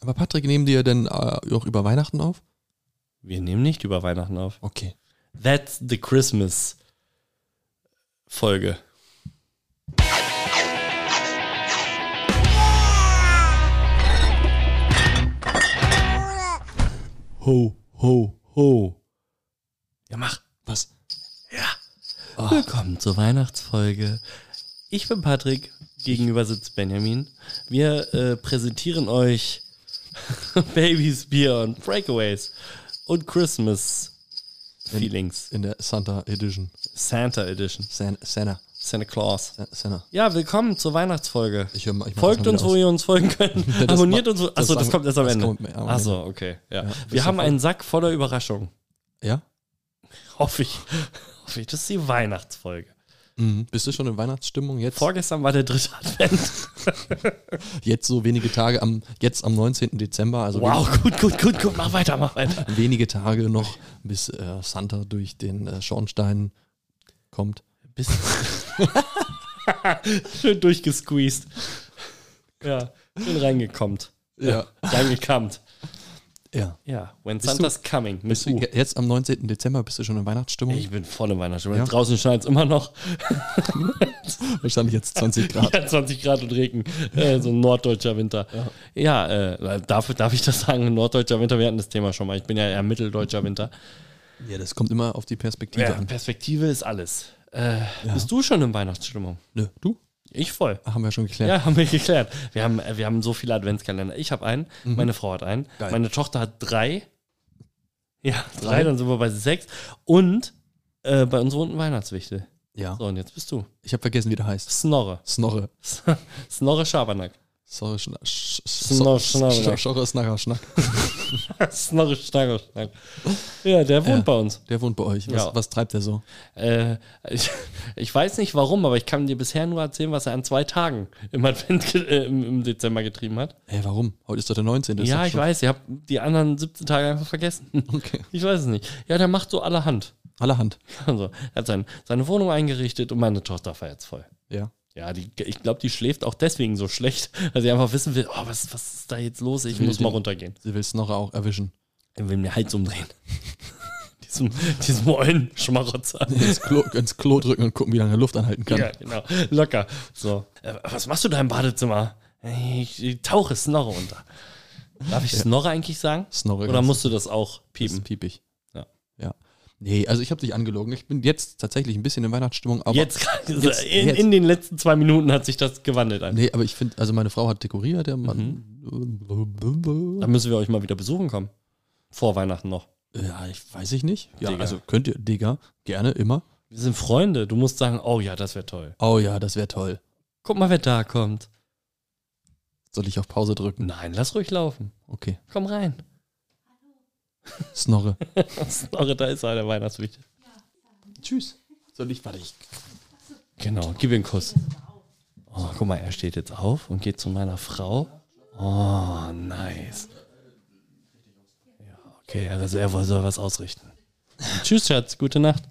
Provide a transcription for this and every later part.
Aber Patrick, nehmen die ja denn äh, auch über Weihnachten auf? Wir nehmen nicht über Weihnachten auf. Okay. That's the Christmas Folge. Ho, ho, ho. Ja, mach. Was? Willkommen zur Weihnachtsfolge. Ich bin Patrick, gegenüber sitzt Benjamin. Wir äh, präsentieren euch Babys, Bier und Breakaways und Christmas Feelings. In der Santa Edition. Santa Edition. San Santa. Santa Claus. San- Santa. Ja, willkommen zur Weihnachtsfolge. Ich hör mal, ich mach das Folgt mal uns, wieder wo aus. ihr uns folgen könnt. das Abonniert ma- uns. wo- das Achso, das am- kommt erst am das Ende. kommt am Ende. Achso, okay. Ja. Ja, Wir bis haben davon. einen Sack voller Überraschungen. Ja? Hoffe ich. Hoffe ich. Das ist die Weihnachtsfolge. Mhm. Bist du schon in Weihnachtsstimmung jetzt? Vorgestern war der dritte Advent. Jetzt so wenige Tage, am, jetzt am 19. Dezember, also Wow, gut, gut, gut, gut. Mach weiter, mach weiter. wenige, wenige Tage noch, bis äh, Santa durch den äh, Schornstein kommt. Schön durchgesqueezed. Ja, schön reingekommt. Ja. Reingekammt. Ja. Ja, when du- Santa's coming. Mit Bist du, U. ge- jetzt am 19. Dezember bist du schon in Weihnachtsstimmung? Ich bin voll im Weihnachtsstimmung. Ja. Draußen schneit es immer noch. Wahrscheinlich jetzt 20 Grad. Ja, 20 Grad und Regen. Äh, so ein norddeutscher Winter. Ja, äh, darf, darf ich das sagen? Norddeutscher Winter, wir hatten das Thema schon mal. Ich bin ja eher mitteldeutscher Winter. Ja, das kommt immer auf die Perspektive Ja, an. Perspektive ist alles. Äh, Bist du schon in Weihnachtsstimmung? Nö, du? Ich voll. Ach, haben wir schon geklärt. Ja, haben wir geklärt. Wir haben, äh, wir haben so viele Adventskalender. Ich habe einen, meine Frau hat einen, Mhm. Geil. meine Tochter hat drei. Ja, drei, Drei? dann sind wir bei sechs. Und äh, bei uns wohnt ein Weihnachtswichtel. Ja. So, und jetzt bist du. Ich habe vergessen, wie der heißt. Snorre. Snorre. Snorre Schabernack. Sorry, Schna- Sch- Snor- Sch- Schnorre. Sch- Schnorre, Snarrer, Schnack. Snorre Schnacker Schnack. Ja, der wohnt Ja. bei uns. Der wohnt bei euch. Was, Ja. was treibt der so? Äh, ich, ich weiß nicht warum, aber ich kann dir bisher nur erzählen, was er an zwei Tagen im Advent ge- äh, im, im Dezember getrieben hat. Ey, warum? Heute ist doch der 19. das ist ja, doch ich schon- weiß, ich habe die anderen 17 Tage einfach vergessen. Okay. Ich weiß es nicht. Ja, der macht so allerhand. Allerhand. Also, er hat sein, seine Wohnung eingerichtet und meine Tochter feiert's voll. Ja. Ja, die, ich glaube, die schläft auch deswegen so schlecht, weil sie einfach wissen will, oh, was, was ist da jetzt los? Ich Will muss den- mal runtergehen. Sie will Snorre auch erwischen. Er will mir den Hals umdrehen. diesem, diesem ollen Schmarotzer. Ins Klo, ins Klo drücken und gucken, wie lange er Luft anhalten kann. Ja, genau. Locker. So. Äh, was machst du da im Badezimmer? Ich, ich tauche Snorre unter. Darf ich Snorre eigentlich sagen? Snorre. Oder ganz- musst du das auch ist piepen? piepig. Ja. Ja. Nee, also ich habe dich angelogen. Ich bin jetzt tatsächlich ein bisschen in Weihnachtsstimmung, aber Jetzt, gerade, Jetzt- in, jetzt. in den letzten zwei Minuten hat sich das gewandelt. Ein. Nee, aber ich finde, also meine Frau hat dekoriert, der Mann. Dann müssen wir euch mal wieder besuchen kommen. Vor Weihnachten noch. Ja, ich weiß ich nicht. Ja, Digga. also könnt ihr, Digga, gerne immer. Wir sind Freunde. Du musst sagen, oh ja, das wäre toll. Oh ja, das wäre toll. Guck mal, wer da kommt. Soll ich auf Pause drücken? Nein, lass ruhig laufen. Okay. Komm rein. Snorre. Snorre, da ist er, der Weihnachtswichtel. Tschüss. Soll ich, warte ich. Genau, gib ihm einen Kuss. Oh, guck mal, er steht jetzt auf und geht zu meiner Frau. Oh, nice. Ja, okay, also er soll was ausrichten. Tschüss, Schatz, gute Nacht.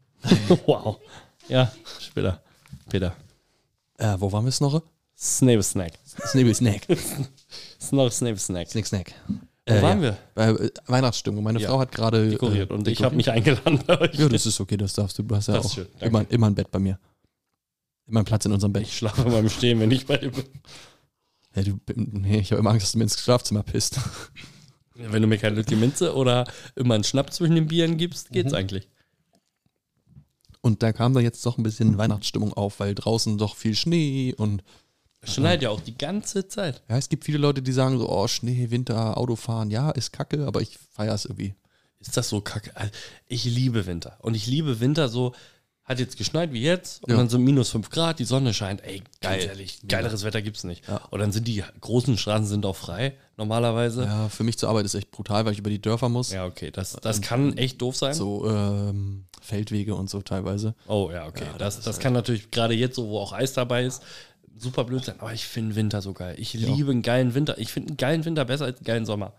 wow. Ja, später. Peter. Äh, wo waren wir, Snorre? Snape Snack. Snibble Snack. Snorre Snape Snack. Snack Snack. Wo waren wir? Bei äh, Weihnachtsstimmung. Meine Ja. Frau hat gerade. äh, dekoriert und ich dekoriert. habe mich eingeladen bei euch. Ja, das ist okay, das darfst du. Du hast ja Das ist auch schön, danke. immer, immer ein Bett bei mir. Immer ein Platz in unserem Bett. ich schlafe beim Stehen, wenn ich bei dir bin. Ja, du, nee, ich habe immer Angst, dass du mir ins Schlafzimmer pisst. Wenn du mir keine die Minze oder immer einen Schnapp zwischen den Bieren gibst, geht's eigentlich. Und da kam da jetzt doch ein bisschen Weihnachtsstimmung auf, weil draußen doch viel Schnee und Es Schneit ja auch die ganze Zeit. ja, es gibt viele Leute, die sagen so, oh, Schnee, Winter, Autofahren, ja, ist kacke, aber ich feiere es irgendwie. Ist das so kacke? Also, Ich liebe Winter. Und ich liebe Winter so, hat jetzt geschneit wie jetzt und Ja. dann so minus 5 Grad, die Sonne scheint. Ey, geil. Geil. ehrlich, geileres Wetter gibt's nicht. Ja. Und dann sind die großen Straßen sind auch frei, normalerweise. Ja, Ja, für mich zur Arbeit ist echt brutal, weil ich über die Dörfer muss. okay, das, das kann echt doof sein. So ähm, Feldwege und so teilweise. Oh ja, okay. das das, kann natürlich gerade jetzt so, wo auch Eis dabei ist, super blöd sein. Aber ich finde Winter so geil. Ich liebe einen geilen Winter. Ich finde einen geilen Winter besser als einen geilen Sommer.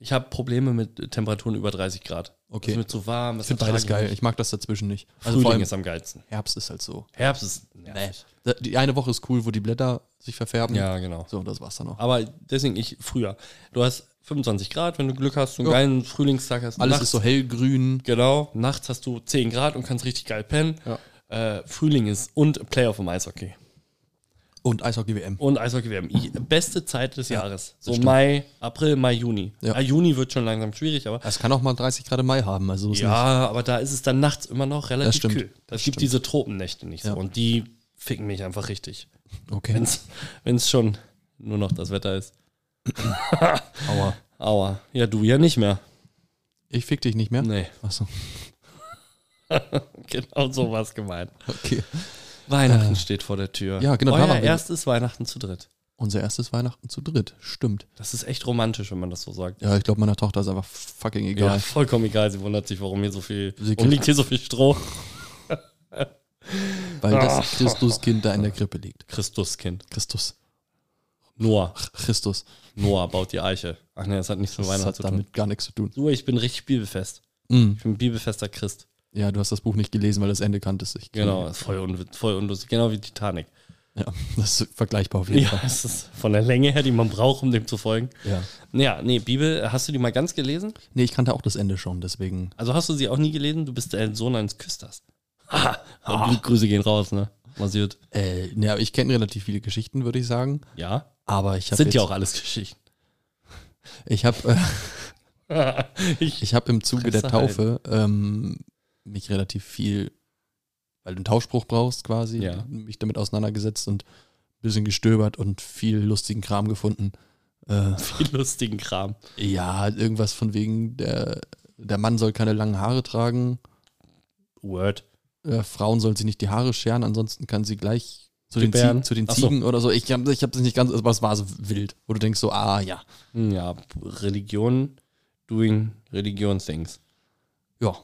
Ich habe Probleme mit Temperaturen über 30 Grad. Okay. Ist mir zu warm. Ich finde beides geil. Ich mag das dazwischen nicht. Also Also vor Frühling allem ist am geilsten. Herbst ist halt so. Herbst ist nervig. Da- Die eine Woche ist cool, wo die Blätter sich verfärben. Ja, genau. So, das war's dann auch. Aber deswegen ich früher. Du hast 25 Grad, wenn du Glück hast, so einen Ja. geilen Frühlingstag hast. Alles nachts, ist so hellgrün. Genau. Nachts hast du 10 Grad und kannst richtig geil pennen. Ja. Äh, Frühling ist und Playoff im Eishockey. Und Eishockey-WM. Und Eishockey WM. I- Beste Zeit des Jahres. So stimmt. Mai, April, Mai, Juni. Ja. Ah, Juni wird schon langsam schwierig, aber Es kann auch mal 30 Grad im Mai haben. Also so ist nicht. Ja, aber da ist es dann nachts immer noch Das relativ stimmt. kühl. Das, gibt diese Tropennächte nicht so. Ja. Und die ficken mich einfach richtig. Okay. Wenn es schon nur noch das Wetter ist. Aua. Aua. Ja, du ja nicht mehr. Ich fick dich nicht mehr. Nee, Achso. genau so war es gemeint. Äh. Okay. Weihnachten steht vor der Tür. ja, genau, da Euer waren wir. erstes Weihnachten zu dritt. Unser erstes Weihnachten zu dritt. Stimmt. Das ist echt romantisch, wenn man das so sagt. Ja, ich glaube, meiner Tochter ist einfach fucking Ja, egal. vollkommen egal. Sie wundert sich, warum hier so viel, Sie warum liegt hier so viel Stroh? Weil das Ah. Christuskind da in der Krippe liegt. Christuskind. Christus. Noah. Christus. Noah baut die Eiche. Ach nee, das hat nichts mit Das Weihnachten hat zu tun. damit gar nichts zu tun. Du, ich bin richtig bibelfest. Mhm. Ich bin bibelfester Christ. Ja, du hast das Buch nicht gelesen, weil das Ende kanntest. Ich Genau, ist voll, un voll unlustig, genau wie Titanic. Ja, das ist vergleichbar auf jeden Ja, Fall. es ist von der Länge her, die man braucht, um dem zu folgen. Ja. Ja, nee, Bibel, hast du die mal ganz gelesen? Nee, ich kannte auch das Ende schon, deswegen. Also hast du sie auch nie gelesen? Du bist der Sohn eines Küsters. Ha, ha. Grüße gehen raus, ne? Massiert. Äh, ne, aber ich kenne relativ viele Geschichten, würde ich sagen. Ja, Aber ich habe. sind ja auch alles Geschichten. Ich habe äh, ich, ich hab im Zuge der Fresse halt. Taufe ähm, mich relativ viel, weil du einen Tauschspruch brauchst quasi, Ja. mich damit auseinandergesetzt und ein bisschen gestöbert und viel lustigen Kram gefunden. Äh, viel lustigen Kram. ja, irgendwas von wegen, der, der Mann soll keine langen Haare tragen. Word. äh, Frauen sollen sich nicht die Haare scheren, ansonsten kann sie gleich zu den, Gebären. Ziegen, zu den Ach so. Ziegen oder so. Ich habe ich hab das nicht ganz, aber es war so wild, wo du denkst so, ah ja, Hm, Ja, Religion, doing Religion things. ja,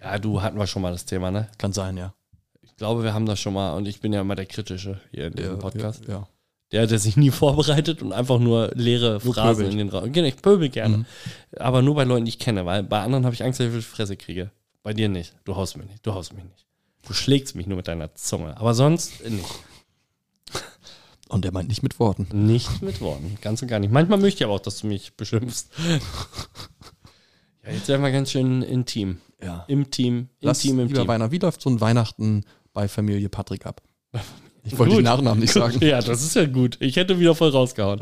Ja, du hatten wir schon mal das Thema, ne? kann sein, ja. Ich glaube, wir haben das schon mal und ich bin ja immer der Kritische hier in diesem ja, Podcast. Ja, ja. Der, der sich nie vorbereitet und einfach nur leere Nur Phrasen pöbelt. Mhm. in den Raum. Genau, ich pöbel gerne. Aber nur bei Leuten, die ich kenne, weil bei anderen habe ich Angst, dass ich auf die Fresse kriege. Bei dir nicht. Du haust mich nicht. Du haust mich nicht. Du schlägst mich nur mit deiner Zunge. Aber sonst nicht. Und er meint nicht mit Worten. Nicht mit Worten. Ganz und gar nicht. Manchmal möchte ich aber auch, dass du mich beschimpfst. ja, jetzt werden wir ganz schön intim. Ja. Im Team. Lass Intim im lieber Team. Weihnachten. Wie läuft so ein Weihnachten bei Familie Patrick ab? Ich wollte Gut. den Nachnamen nicht sagen. Ja, das ist ja gut. Ich hätte wieder voll rausgehauen.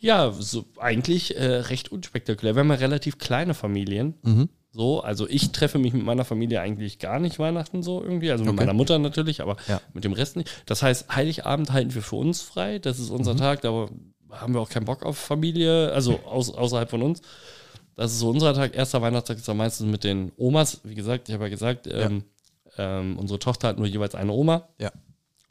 Ja, so, eigentlich äh, recht unspektakulär. Wir haben ja relativ kleine Familien. Mhm. So, also ich treffe mich mit meiner Familie eigentlich gar nicht Weihnachten so irgendwie. Also mit Okay. meiner Mutter natürlich, aber Ja. mit dem Rest nicht. Das heißt, Heiligabend halten wir für uns frei. Das ist Mhm. unser Tag. Da haben wir auch keinen Bock auf Familie, also aus, außerhalb von uns. Das ist so unser Tag. Erster Weihnachtstag ist dann meistens mit den Omas. Wie gesagt, ich habe ja gesagt, ähm, ähm, unsere Tochter hat nur jeweils eine Oma. Ja.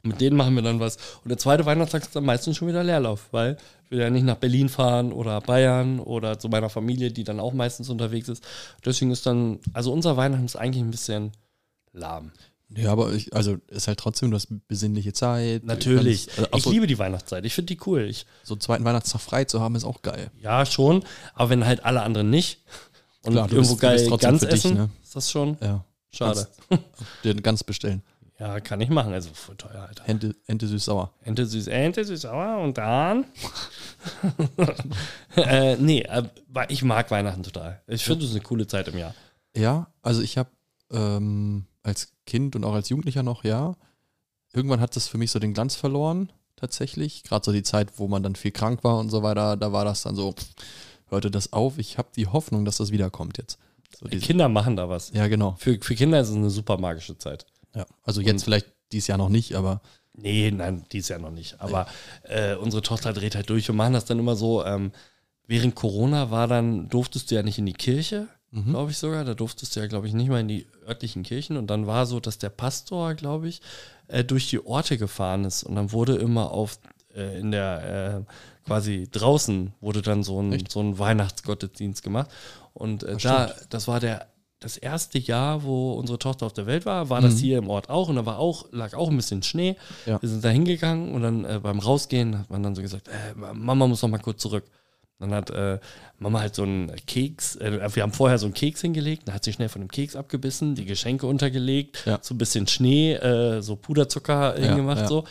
Mit denen machen wir dann was. Und der zweite Weihnachtstag ist dann meistens schon wieder Leerlauf, weil wir ja nicht nach Berlin fahren oder Bayern oder zu meiner Familie, die dann auch meistens unterwegs ist. Deswegen ist dann, also unser Weihnachten ist eigentlich ein bisschen lahm. Ja, aber ich, also ist halt trotzdem, du hast besinnliche Zeit. Du Natürlich. kannst- Also, ich auch so, liebe die Weihnachtszeit. Ich finde die cool. Ich, so einen zweiten Weihnachtstag frei zu haben, ist auch geil. ja, schon. Aber wenn halt alle anderen nicht und Klar, du irgendwo bist- du bist geil trotzdem ganz für dich, essen, ne? ist das schon Ja. schade. Den ganz bestellen. Ja, kann ich machen. Also voll teuer, Alter. Ente, Ente süß-sauer. Ente süß, Ente süß, sauer und dann. äh, nee, aber ich mag Weihnachten total. Ich finde, es ist eine coole Zeit im Jahr. Ja, also ich habe ähm, als Kind und auch als Jugendlicher noch, ja, irgendwann hat das für mich so den Glanz verloren, tatsächlich. Gerade so die Zeit, wo man dann viel krank war und so weiter, da war das dann so, pff, hörte das auf. Ich habe die Hoffnung, dass das wiederkommt jetzt. So Die diese- Kinder machen da was. ja, genau. Für, für Kinder ist es eine super magische Zeit. Ja. Also jetzt vielleicht dieses Jahr noch nicht, aber Nee, nein, dies Jahr noch nicht. Aber äh, unsere Tochter dreht halt durch und machen das dann immer so. Ähm, während Corona war dann, durftest du ja nicht in die Kirche, glaube ich sogar. Da durftest du ja, glaube ich, nicht mal in die örtlichen Kirchen. Und dann war so, dass der Pastor, glaube ich, äh, durch die Orte gefahren ist. Und dann wurde immer auf, äh, in der, äh, quasi draußen wurde dann so ein, so ein Weihnachtsgottesdienst gemacht. Und äh, da, das war der das erste Jahr, wo unsere Tochter auf der Welt war, war das hier im Ort auch und da war auch, lag auch ein bisschen Schnee. Mhm. Ja. Wir sind da hingegangen und dann äh, beim Rausgehen hat man dann so gesagt, äh, Mama muss noch mal kurz zurück. Dann hat äh, Mama halt so einen Keks, äh, wir haben vorher so einen Keks hingelegt, dann hat sie schnell von dem Keks abgebissen, die Geschenke untergelegt, Ja. so ein bisschen Schnee, äh, so Puderzucker Ja, hingemacht, ja. so.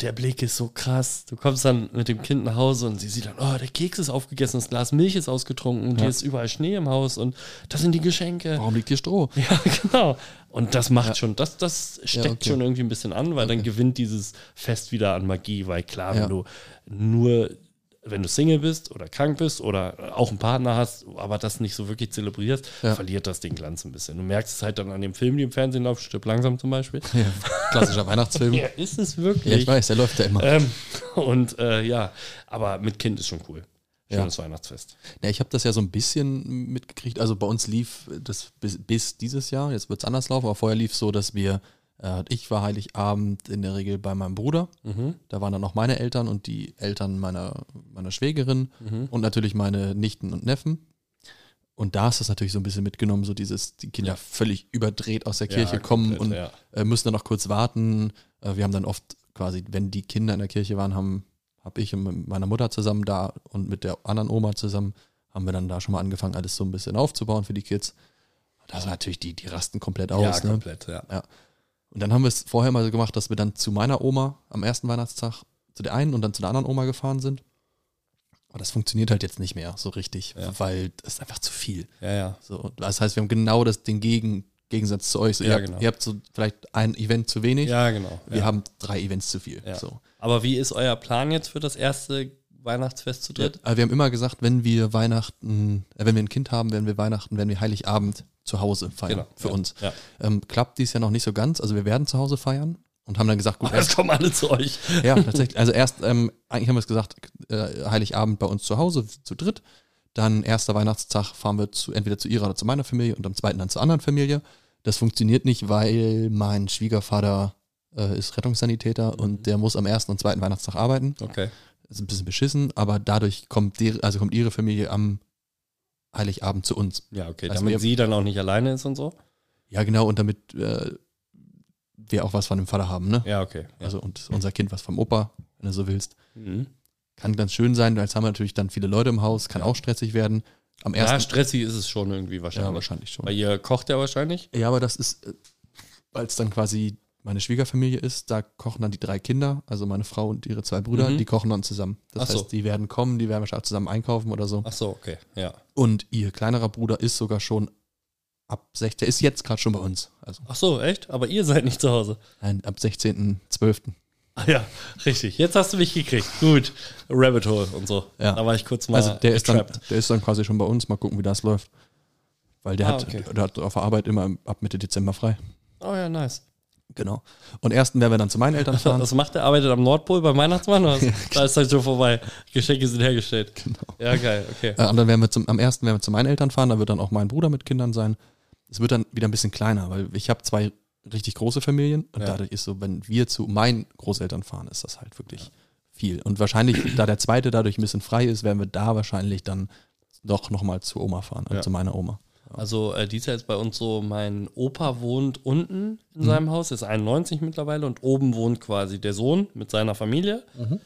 Der Blick ist so krass. Du kommst dann mit dem Kind nach Hause und sie sieht dann, oh, der Keks ist aufgegessen, das Glas Milch ist ausgetrunken, und Ja. Oh. hier ist überall Schnee im Haus und das sind die Geschenke. Warum liegt hier Stroh? Ja, genau. Und das macht schon, das, das steckt okay. schon irgendwie ein bisschen an, weil dann Okay. gewinnt dieses Fest wieder an Magie, weil klar, Ja. wenn du nur, wenn du Single bist oder krank bist oder auch einen Partner hast, aber das nicht so wirklich zelebrierst, Ja. verliert das den Glanz ein bisschen. Du merkst es halt dann an dem Film, die im Fernsehen läuft, stirb langsam zum Beispiel. Ja, klassischer Weihnachtsfilm. Ja, Ja, ist es wirklich. ich weiß, der läuft ja immer. ähm, und äh, ja, aber mit Kind ist schon cool. Ja. Schönes Weihnachtsfest. Ja, ich habe das ja so ein bisschen mitgekriegt. Also bei uns lief das bis, bis dieses Jahr, jetzt wird es anders laufen, aber vorher lief so, dass wir, äh, ich war Heiligabend in der Regel bei meinem Bruder. Mhm. Da waren dann auch meine Eltern und die Eltern meiner, meiner Schwägerin Mhm. und natürlich meine Nichten und Neffen. Und da ist das natürlich so ein bisschen mitgenommen, so dieses, die Kinder völlig überdreht aus der Kirche Ja, kommen komplett, und ja. äh, müssen dann noch kurz warten. Äh, wir haben dann oft quasi, wenn die Kinder in der Kirche waren, haben habe ich mit meiner Mutter zusammen da und mit der anderen Oma zusammen, haben wir dann da schon mal angefangen, alles so ein bisschen aufzubauen für die Kids. Das war natürlich, die, die rasten komplett ja, aus. ne? komplett, ja. Und dann haben wir es vorher mal so gemacht, dass wir dann zu meiner Oma am ersten Weihnachtstag zu der einen und dann zu der anderen Oma gefahren sind. Aber das funktioniert halt jetzt nicht mehr so richtig, Ja. weil es einfach zu viel. Ja, ja. So, und das heißt, wir haben genau das, den Gegen, Gegensatz zu euch. So, Ja, ihr, habt, genau. ihr habt so vielleicht ein Event zu wenig, Ja, genau. wir ja. haben drei Events zu viel. Ja. So. Aber wie ist euer Plan jetzt für das erste Weihnachtsfest zu dritt? Aber wir haben immer gesagt, wenn wir Weihnachten, äh, wenn wir ein Kind haben, werden wir Weihnachten, werden wir Heiligabend zu Hause feiern für ja. uns. Genau. Ja. Ähm, klappt dies ja noch nicht so ganz. Also wir werden zu Hause feiern und haben dann gesagt, gut, Aber es Also kommen alle zu euch. Ja, tatsächlich. Also erst, ähm, eigentlich haben wir es gesagt, äh, Heiligabend bei uns zu Hause, zu dritt. Dann erster Weihnachtstag fahren wir zu, entweder zu ihrer oder zu meiner Familie und am zweiten dann zur anderen Familie. Das funktioniert nicht, weil mein Schwiegervater äh, ist Rettungssanitäter Mhm. und der muss am ersten und zweiten Weihnachtstag arbeiten. Okay. Das ist ein bisschen beschissen, aber dadurch kommt, der, also kommt ihre Familie am Heiligabend zu uns. Ja, okay. Also Damit wir- sie dann auch nicht alleine ist und so. Ja, genau, und damit äh, wir auch was von dem Vater haben, ne? Ja, okay. Ja. Also und unser Kind was vom Opa, wenn du so willst. mhm. Kann ganz schön sein, weil jetzt haben wir natürlich dann viele Leute im Haus, kann auch stressig werden. Am ja, ersten. stressig ist es schon irgendwie wahrscheinlich. Ja, wahrscheinlich schon. Weil ihr kocht ja wahrscheinlich. Ja, aber das ist, äh, weil es dann quasi meine Schwiegerfamilie ist, da kochen dann die drei Kinder, also meine Frau und ihre zwei Brüder, Mhm. die kochen dann zusammen. Das Ach so. heißt, die werden kommen, die werden wahrscheinlich auch zusammen einkaufen oder so. Ach so, okay. Ja. Und ihr kleinerer Bruder ist sogar schon ab 16, der ist jetzt gerade schon bei uns. Also Ach so, echt? Aber ihr seid nicht zu Hause. nein, ab 16.12. Ah ja, richtig. Jetzt hast du mich gekriegt. Gut. Rabbit Hole und so. Ja. Da war ich kurz mal Also der ist, dann, Ah, getrappt. der ist dann quasi schon bei uns. Mal gucken, wie das läuft. Weil der, Ah, hat, okay. der hat auf der Arbeit immer ab Mitte Dezember frei. Oh ja, nice. Genau. Und ersten werden wir dann zu meinen Eltern fahren. Was macht der? Arbeitet am Nordpol beim Weihnachtsmann? Oder? was? Da ist halt schon vorbei. Geschenke sind hergestellt. genau. Ja, geil. Okay. Äh, und dann werden wir zum, am ersten werden wir zu meinen Eltern fahren, da wird dann auch mein Bruder mit Kindern sein. Es wird dann wieder ein bisschen kleiner, weil ich habe zwei richtig große Familien und Ja. dadurch ist so, wenn wir zu meinen Großeltern fahren, ist das halt wirklich viel. Und wahrscheinlich, da der zweite dadurch ein bisschen frei ist, werden wir da wahrscheinlich dann doch nochmal zu Oma fahren, also Ja. zu meiner Oma. Also äh, dies Jahr ist bei uns so, mein Opa wohnt unten in Mhm. seinem Haus, ist 91 mittlerweile und oben wohnt quasi der Sohn mit seiner Familie. Mhm.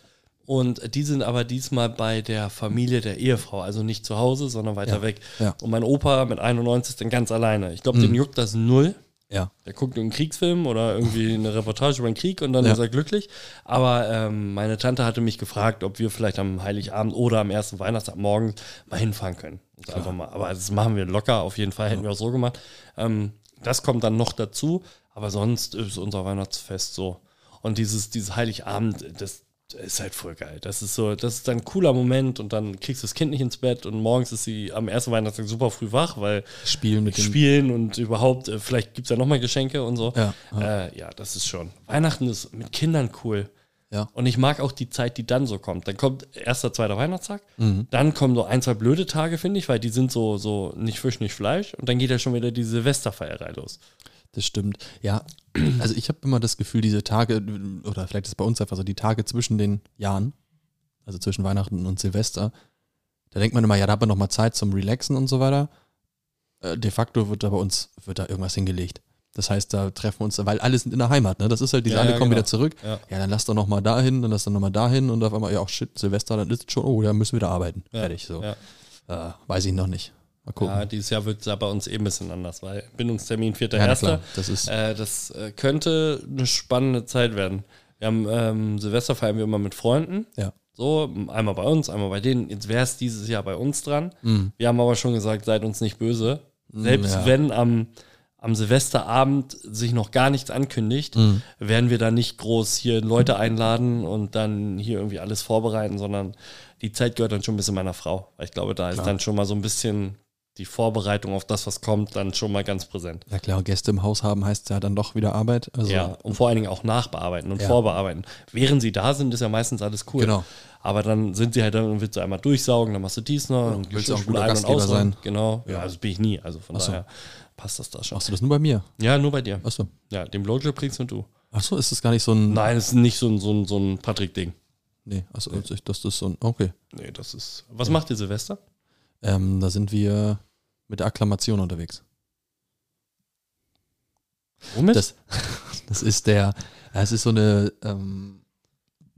Und äh, die sind aber diesmal bei der Familie der Ehefrau, also nicht zu Hause, sondern weiter Ja, weg. ja. Mhm. Und mein Opa mit 91 ist dann ganz alleine. Ich glaube, den juckt das null. Ja. Der guckt einen Kriegsfilm oder irgendwie eine Reportage über den Krieg und dann Ja. ist er glücklich. Aber ähm, meine Tante hatte mich gefragt, ob wir vielleicht am Heiligabend oder am ersten Weihnachtstag morgen mal hinfahren können. Und Einfach mal. Aber das machen wir locker, auf jeden Fall hätten wir auch so gemacht. Ähm, das kommt dann noch dazu, aber sonst ist unser Weihnachtsfest so. Und dieses, dieses Heiligabend, das ist halt voll geil. Das ist so, das ist dann ein cooler Moment und dann kriegst du das Kind nicht ins Bett und morgens ist sie am ersten Weihnachtstag super früh wach, weil Spielen mit dem spielen und überhaupt, äh, vielleicht gibt es ja nochmal Geschenke und so. Ja, Äh, ja, das ist schon. Weihnachten ist mit Kindern cool. Ja. Und ich mag auch die Zeit, die dann so kommt. Dann kommt erster, zweiter Weihnachtstag. Mhm. Dann kommen so ein, zwei blöde Tage, finde ich, weil die sind so, so nicht Fisch, nicht Fleisch. Und dann geht ja schon wieder die Silvesterfeierei los. Das stimmt. Ja, also ich habe immer das Gefühl, diese Tage, oder vielleicht ist es bei uns einfach so, die Tage zwischen den Jahren, also zwischen Weihnachten und Silvester, da denkt man immer, ja, da hat man nochmal Zeit zum Relaxen und so weiter. Äh, De facto wird da bei uns, wird da irgendwas hingelegt. Das heißt, da treffen wir uns, weil alle sind in der Heimat, ne? Das ist halt, diese Ja, alle ja, kommen genau. wieder zurück. Ja. Ja. dann lass doch nochmal dahin, dann lass doch nochmal dahin und auf einmal, ja, auch shit, Silvester, dann ist schon, oh, da müssen wir da arbeiten. Fertig, so. Ja. Äh, weiß ich noch nicht. Mal gucken. Ja, dieses Jahr wird es ja bei uns eh ein bisschen anders, weil Bindungstermin 4.1. Ja, na klar, das ist- äh, das äh, könnte eine spannende Zeit werden. Wir haben ähm, Silvester feiern wir immer mit Freunden. Ja. So, einmal bei uns, einmal bei denen. Jetzt wäre es dieses Jahr bei uns dran. Wir haben aber schon gesagt, seid uns nicht böse. Selbst Mhm. ja. wenn am, am Silvesterabend sich noch gar nichts ankündigt, Mhm. werden wir da nicht groß hier Leute einladen und dann hier irgendwie alles vorbereiten, sondern die Zeit gehört dann schon ein bisschen meiner Frau. Weil ich glaube, da ist dann schon mal so ein bisschen die Vorbereitung auf das, was kommt, dann schon mal ganz präsent. Ja klar, Gäste im Haus haben heißt ja dann doch wieder Arbeit. Also, Ja, und vor allen Dingen auch nachbearbeiten und Ja. vorbearbeiten. Während sie da sind, ist ja meistens alles cool. Genau. Aber dann sind sie halt dann und willst du einmal durchsaugen, dann machst du dies noch und willst du auch ein Geschirrspüler guter ein- und Gastgeber ausräumen. sein. Genau. Ja, also bin ich nie. Also von daher passt das da schon. Machst du das nur bei mir? Ja, nur bei dir. Achso. Ja, den Blowjob kriegst und du. Achso, ist das gar nicht so ein. Nein, das ist nicht so ein, so ein, so ein Patrick-Ding. Nee, also das ist so ein. Okay. Nee, das ist. Was macht ihr Silvester? Ähm, da sind wir mit der Akklamation unterwegs. Womit? Das, das ist der, ja, es ist so eine, ähm,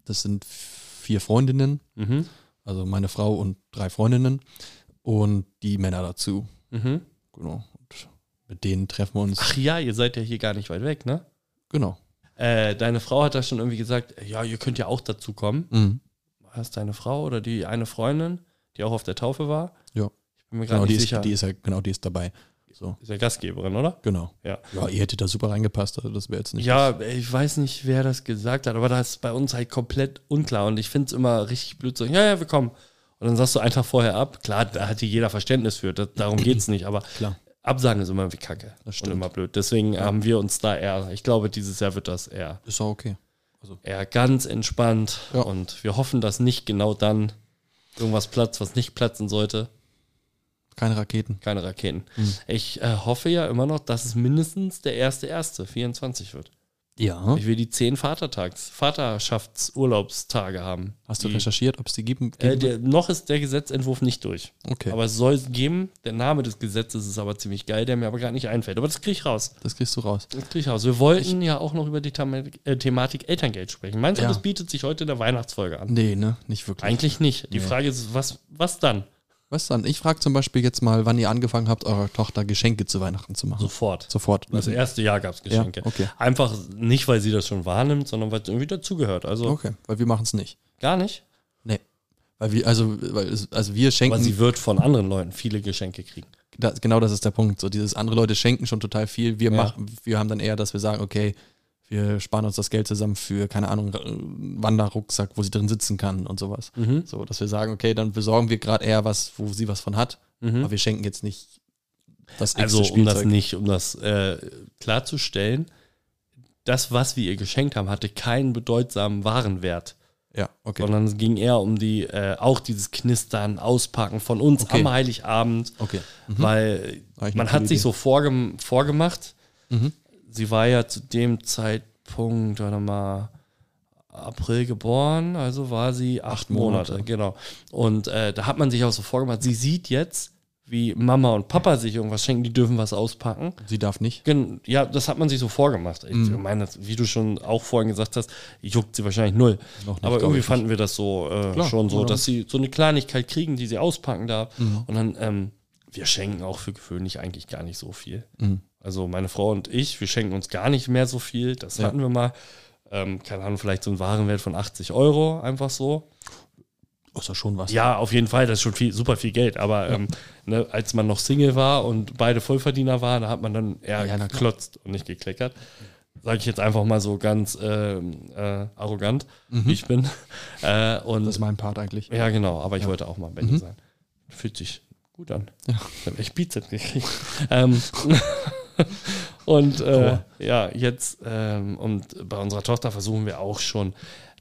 das sind vier Freundinnen, mhm. also meine Frau und drei Freundinnen und die Männer dazu. Mhm. Genau. Und mit denen treffen wir uns. Ach ja, ihr seid ja hier gar nicht weit weg, ne? Genau. Äh, deine Frau hat da schon irgendwie gesagt, ja, ihr könnt ja auch dazu kommen. Mhm. War das deine Frau oder die eine Freundin, die auch auf der Taufe war? Ja. Ich bin mir gerade Genau, die nicht ist, sicher. die ist ja, genau, die ist dabei. So, ist ja Gastgeberin, oder? genau. Ja. Ja, ihr hättet da super reingepasst, also das wäre jetzt nicht. Ja, ich weiß nicht, wer das gesagt hat, aber das ist bei uns halt komplett unklar und ich finde es immer richtig blöd zu sagen, ja, ja, wir kommen. Und dann sagst du einen Tag vorher ab. Klar, da hat hier jeder Verständnis für, das, darum geht es nicht, aber Klar. Absagen ist immer wie Kacke und stimmt. immer blöd. Deswegen haben wir uns da eher, ich glaube, dieses Jahr wird das eher, Ist auch okay. eher ganz entspannt Ja. und wir hoffen, dass nicht genau dann irgendwas platzt, was nicht platzen sollte. Keine Raketen. Keine Raketen. Ich äh, hoffe ja immer noch, dass es mindestens der erste erste 24 wird. Ja. Ich will die zehn Vatertags, Vaterschaftsurlaubstage haben. Hast du die, recherchiert, ob es die geben, äh, geben der, Noch ist der Gesetzentwurf nicht durch. Okay. Aber es soll es geben. Der Name des Gesetzes ist aber ziemlich geil, der mir aber gar nicht einfällt. Aber das kriege ich raus. Das kriegst du raus. Das kriege ich raus. Wir wollten ja auch noch über die Thema äh, Thematik Elterngeld sprechen. Meinst du, Ja. das bietet sich heute in der Weihnachtsfolge an? Nee, ne? Nicht wirklich. Eigentlich nicht. Die Frage ist, was, was dann? Was dann? Ich frage zum Beispiel jetzt mal, wann ihr angefangen habt, eurer Tochter Geschenke zu Weihnachten zu machen. Sofort. Also, Sofort. Also, Das erste Jahr gab es Geschenke. Mhm. Ja, okay. Einfach nicht, weil sie das schon wahrnimmt, sondern weil es irgendwie dazugehört. Also Okay, weil wir machen es nicht. gar nicht. Nee. Weil wir, also, weil es, also wir Aber schenken, sie wird von anderen Leuten viele Geschenke kriegen. da, genau das ist der Punkt. So dieses andere Leute schenken schon total viel. Wir Ja. machen, wir haben dann eher, dass wir sagen, okay, wir sparen uns das Geld zusammen für, keine Ahnung, R- Wanderrucksack, wo sie drin sitzen kann und sowas. Mhm. So, dass wir sagen, okay, dann besorgen wir gerade eher was, wo sie was von hat, aber wir schenken jetzt nicht das nächste Mhm. Also um das Spielzeug. nicht, um das äh, klarzustellen, das, was wir ihr geschenkt haben, hatte keinen bedeutsamen Warenwert, ja, okay. sondern es ging eher um die, äh, auch dieses Knistern, Auspacken von uns Okay. am Heiligabend, Okay. weil Ah, ich man noch hat eine sich Idee. so vorgem vorgemacht, Mhm. sie war ja zu dem Zeitpunkt, warte mal, April geboren, also war sie acht, Monate. Monate. genau. Und äh, da hat man sich auch so vorgemacht, sie sieht jetzt, wie Mama und Papa sich irgendwas schenken, die dürfen was auspacken. Sie darf nicht. Mhm. Gen ja, das hat man sich so vorgemacht. Ich meine, das- wie du schon auch vorhin gesagt hast, juckt sie wahrscheinlich null. Noch nicht, Aber glaub irgendwie ich fanden wir das so äh, Klar, schon so, oder? dass sie so eine Kleinigkeit kriegen, die sie auspacken darf. Mhm. Und dann, ähm, wir schenken auch für gewöhnlich eigentlich gar nicht so viel. Mhm. Also meine Frau und ich, wir schenken uns gar nicht mehr so viel. Das Ja. hatten wir mal. Ähm, keine Ahnung, vielleicht so einen Warenwert von 80 Euro, einfach so. Oh, ist ja schon was. Ja, auf jeden Fall, das ist schon viel, super viel Geld. Aber ähm, ne, als man noch Single war und beide Vollverdiener waren, da hat man dann eher Ja, na klar. geklotzt und nicht gekleckert. Sage ich jetzt einfach mal so ganz ähm, äh, arrogant, wie ich bin. Äh, und Mhm. Das ist mein Part eigentlich. ja, genau, aber ich wollte auch mal Mhm. Benny sein. Fühlt sich gut an. Ich habe echt Bizeps gekriegt. ähm, und äh, ja, jetzt ähm, und bei unserer Tochter versuchen wir auch schon,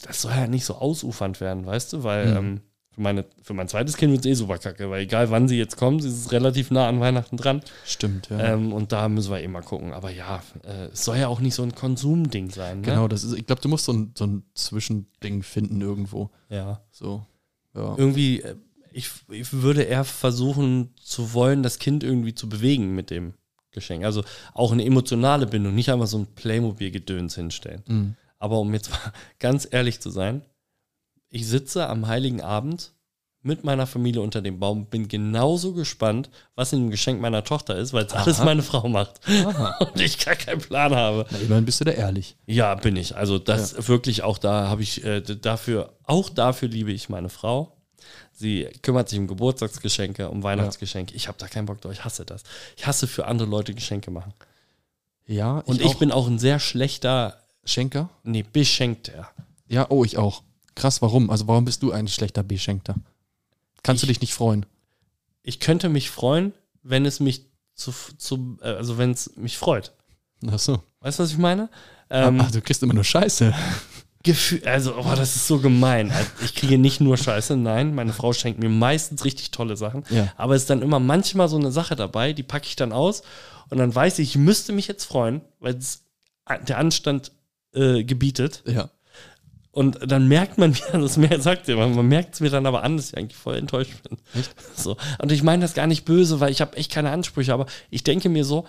das soll ja nicht so ausufernd werden, weißt du, weil Mhm. ähm, für, meine, für mein zweites Kind wird es eh super kacke, weil egal wann sie jetzt kommen, sie ist relativ nah an Weihnachten dran. Stimmt, ja. Ähm, und da müssen wir eh mal gucken. Aber ja, äh, es soll ja auch nicht so ein Konsumding sein. Ne? Genau, das ist, ich glaube, du musst so ein, so ein Zwischending finden irgendwo. Ja. So. Ja. irgendwie, äh, ich, ich würde eher versuchen zu wollen, das Kind irgendwie zu bewegen mit dem Geschenk. Also auch eine emotionale Bindung, nicht einfach so ein Playmobil-Gedöns hinstellen. Mhm. Aber um jetzt mal ganz ehrlich zu sein, ich sitze am Heiligen Abend mit meiner Familie unter dem Baum, bin genauso gespannt, was in dem Geschenk meiner Tochter ist, weil es alles Aha. meine Frau macht Aha. und ich gar keinen Plan habe. Na, immerhin bist du da ehrlich. Ja, bin ich. Also das wirklich auch da habe ich äh, d- dafür, auch dafür liebe ich meine Frau. Sie kümmert sich um Geburtstagsgeschenke, um Weihnachtsgeschenke. Ich habe da keinen Bock drauf. Ich hasse das. Ich hasse für andere Leute Geschenke machen. Ja, Und ich, auch. bin auch ein sehr schlechter, Schenker. nee, Beschenkter. Ja, oh, ich auch. Krass, warum? Also warum bist du ein schlechter Beschenkter? Kannst du Ich- dich nicht freuen? Ich könnte mich freuen, wenn es mich zu, zu äh, also wenn es mich freut. Ach so. Weißt du, was ich meine? Ähm, Ach, du kriegst immer nur Scheiße. Gefühl, also, oh, das ist so gemein. Also, ich kriege nicht nur Scheiße, nein, meine Frau schenkt mir meistens richtig tolle Sachen. Ja. Aber es ist dann immer manchmal so eine Sache dabei, die packe ich dann aus und dann weiß ich, ich müsste mich jetzt freuen, weil es a- der Anstand äh, gebietet. Ja. Und dann merkt man mir, das mehr sagt jemand, man merkt es mir dann aber an, dass ich eigentlich voll enttäuscht bin. So. Und ich meine das gar nicht böse, weil ich habe echt keine Ansprüche, aber ich denke mir so,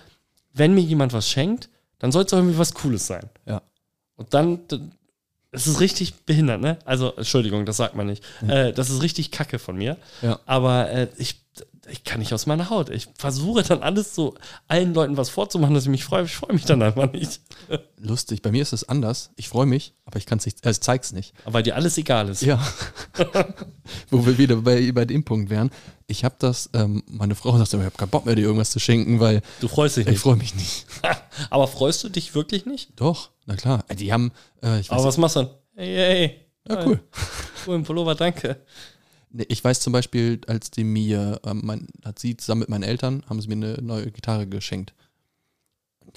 wenn mir jemand was schenkt, dann soll es doch irgendwie was Cooles sein. Ja. Und dann, dann es ist richtig behindert, ne? Also, Entschuldigung, das sagt man nicht. Äh, das ist richtig kacke von mir. Ja. Aber äh, ich, ich kann nicht aus meiner Haut. Ich versuche dann alles so allen Leuten was vorzumachen, dass ich mich freue. Ich freue mich dann einfach nicht. Lustig. Bei mir ist es anders. Ich freue mich, aber ich kann es nicht, äh, ich zeig's nicht. Aber weil dir alles egal ist. Ja. Wo wir wieder bei, bei dem Punkt wären. Ich habe das, ähm, meine Frau sagt immer, ich habe keinen Bock mehr, dir irgendwas zu schenken, weil Du freust dich ich nicht. freue mich nicht. aber freust du dich wirklich nicht? Doch, na klar. Äh, Die haben, äh, ich weiß, Aber was machst du dann? Hey, hey. ja, cool. Coolen Pullover, danke. Nee, ich weiß zum Beispiel, als die mir, ähm, mein, hat sie zusammen mit meinen Eltern, haben sie mir eine neue Gitarre geschenkt.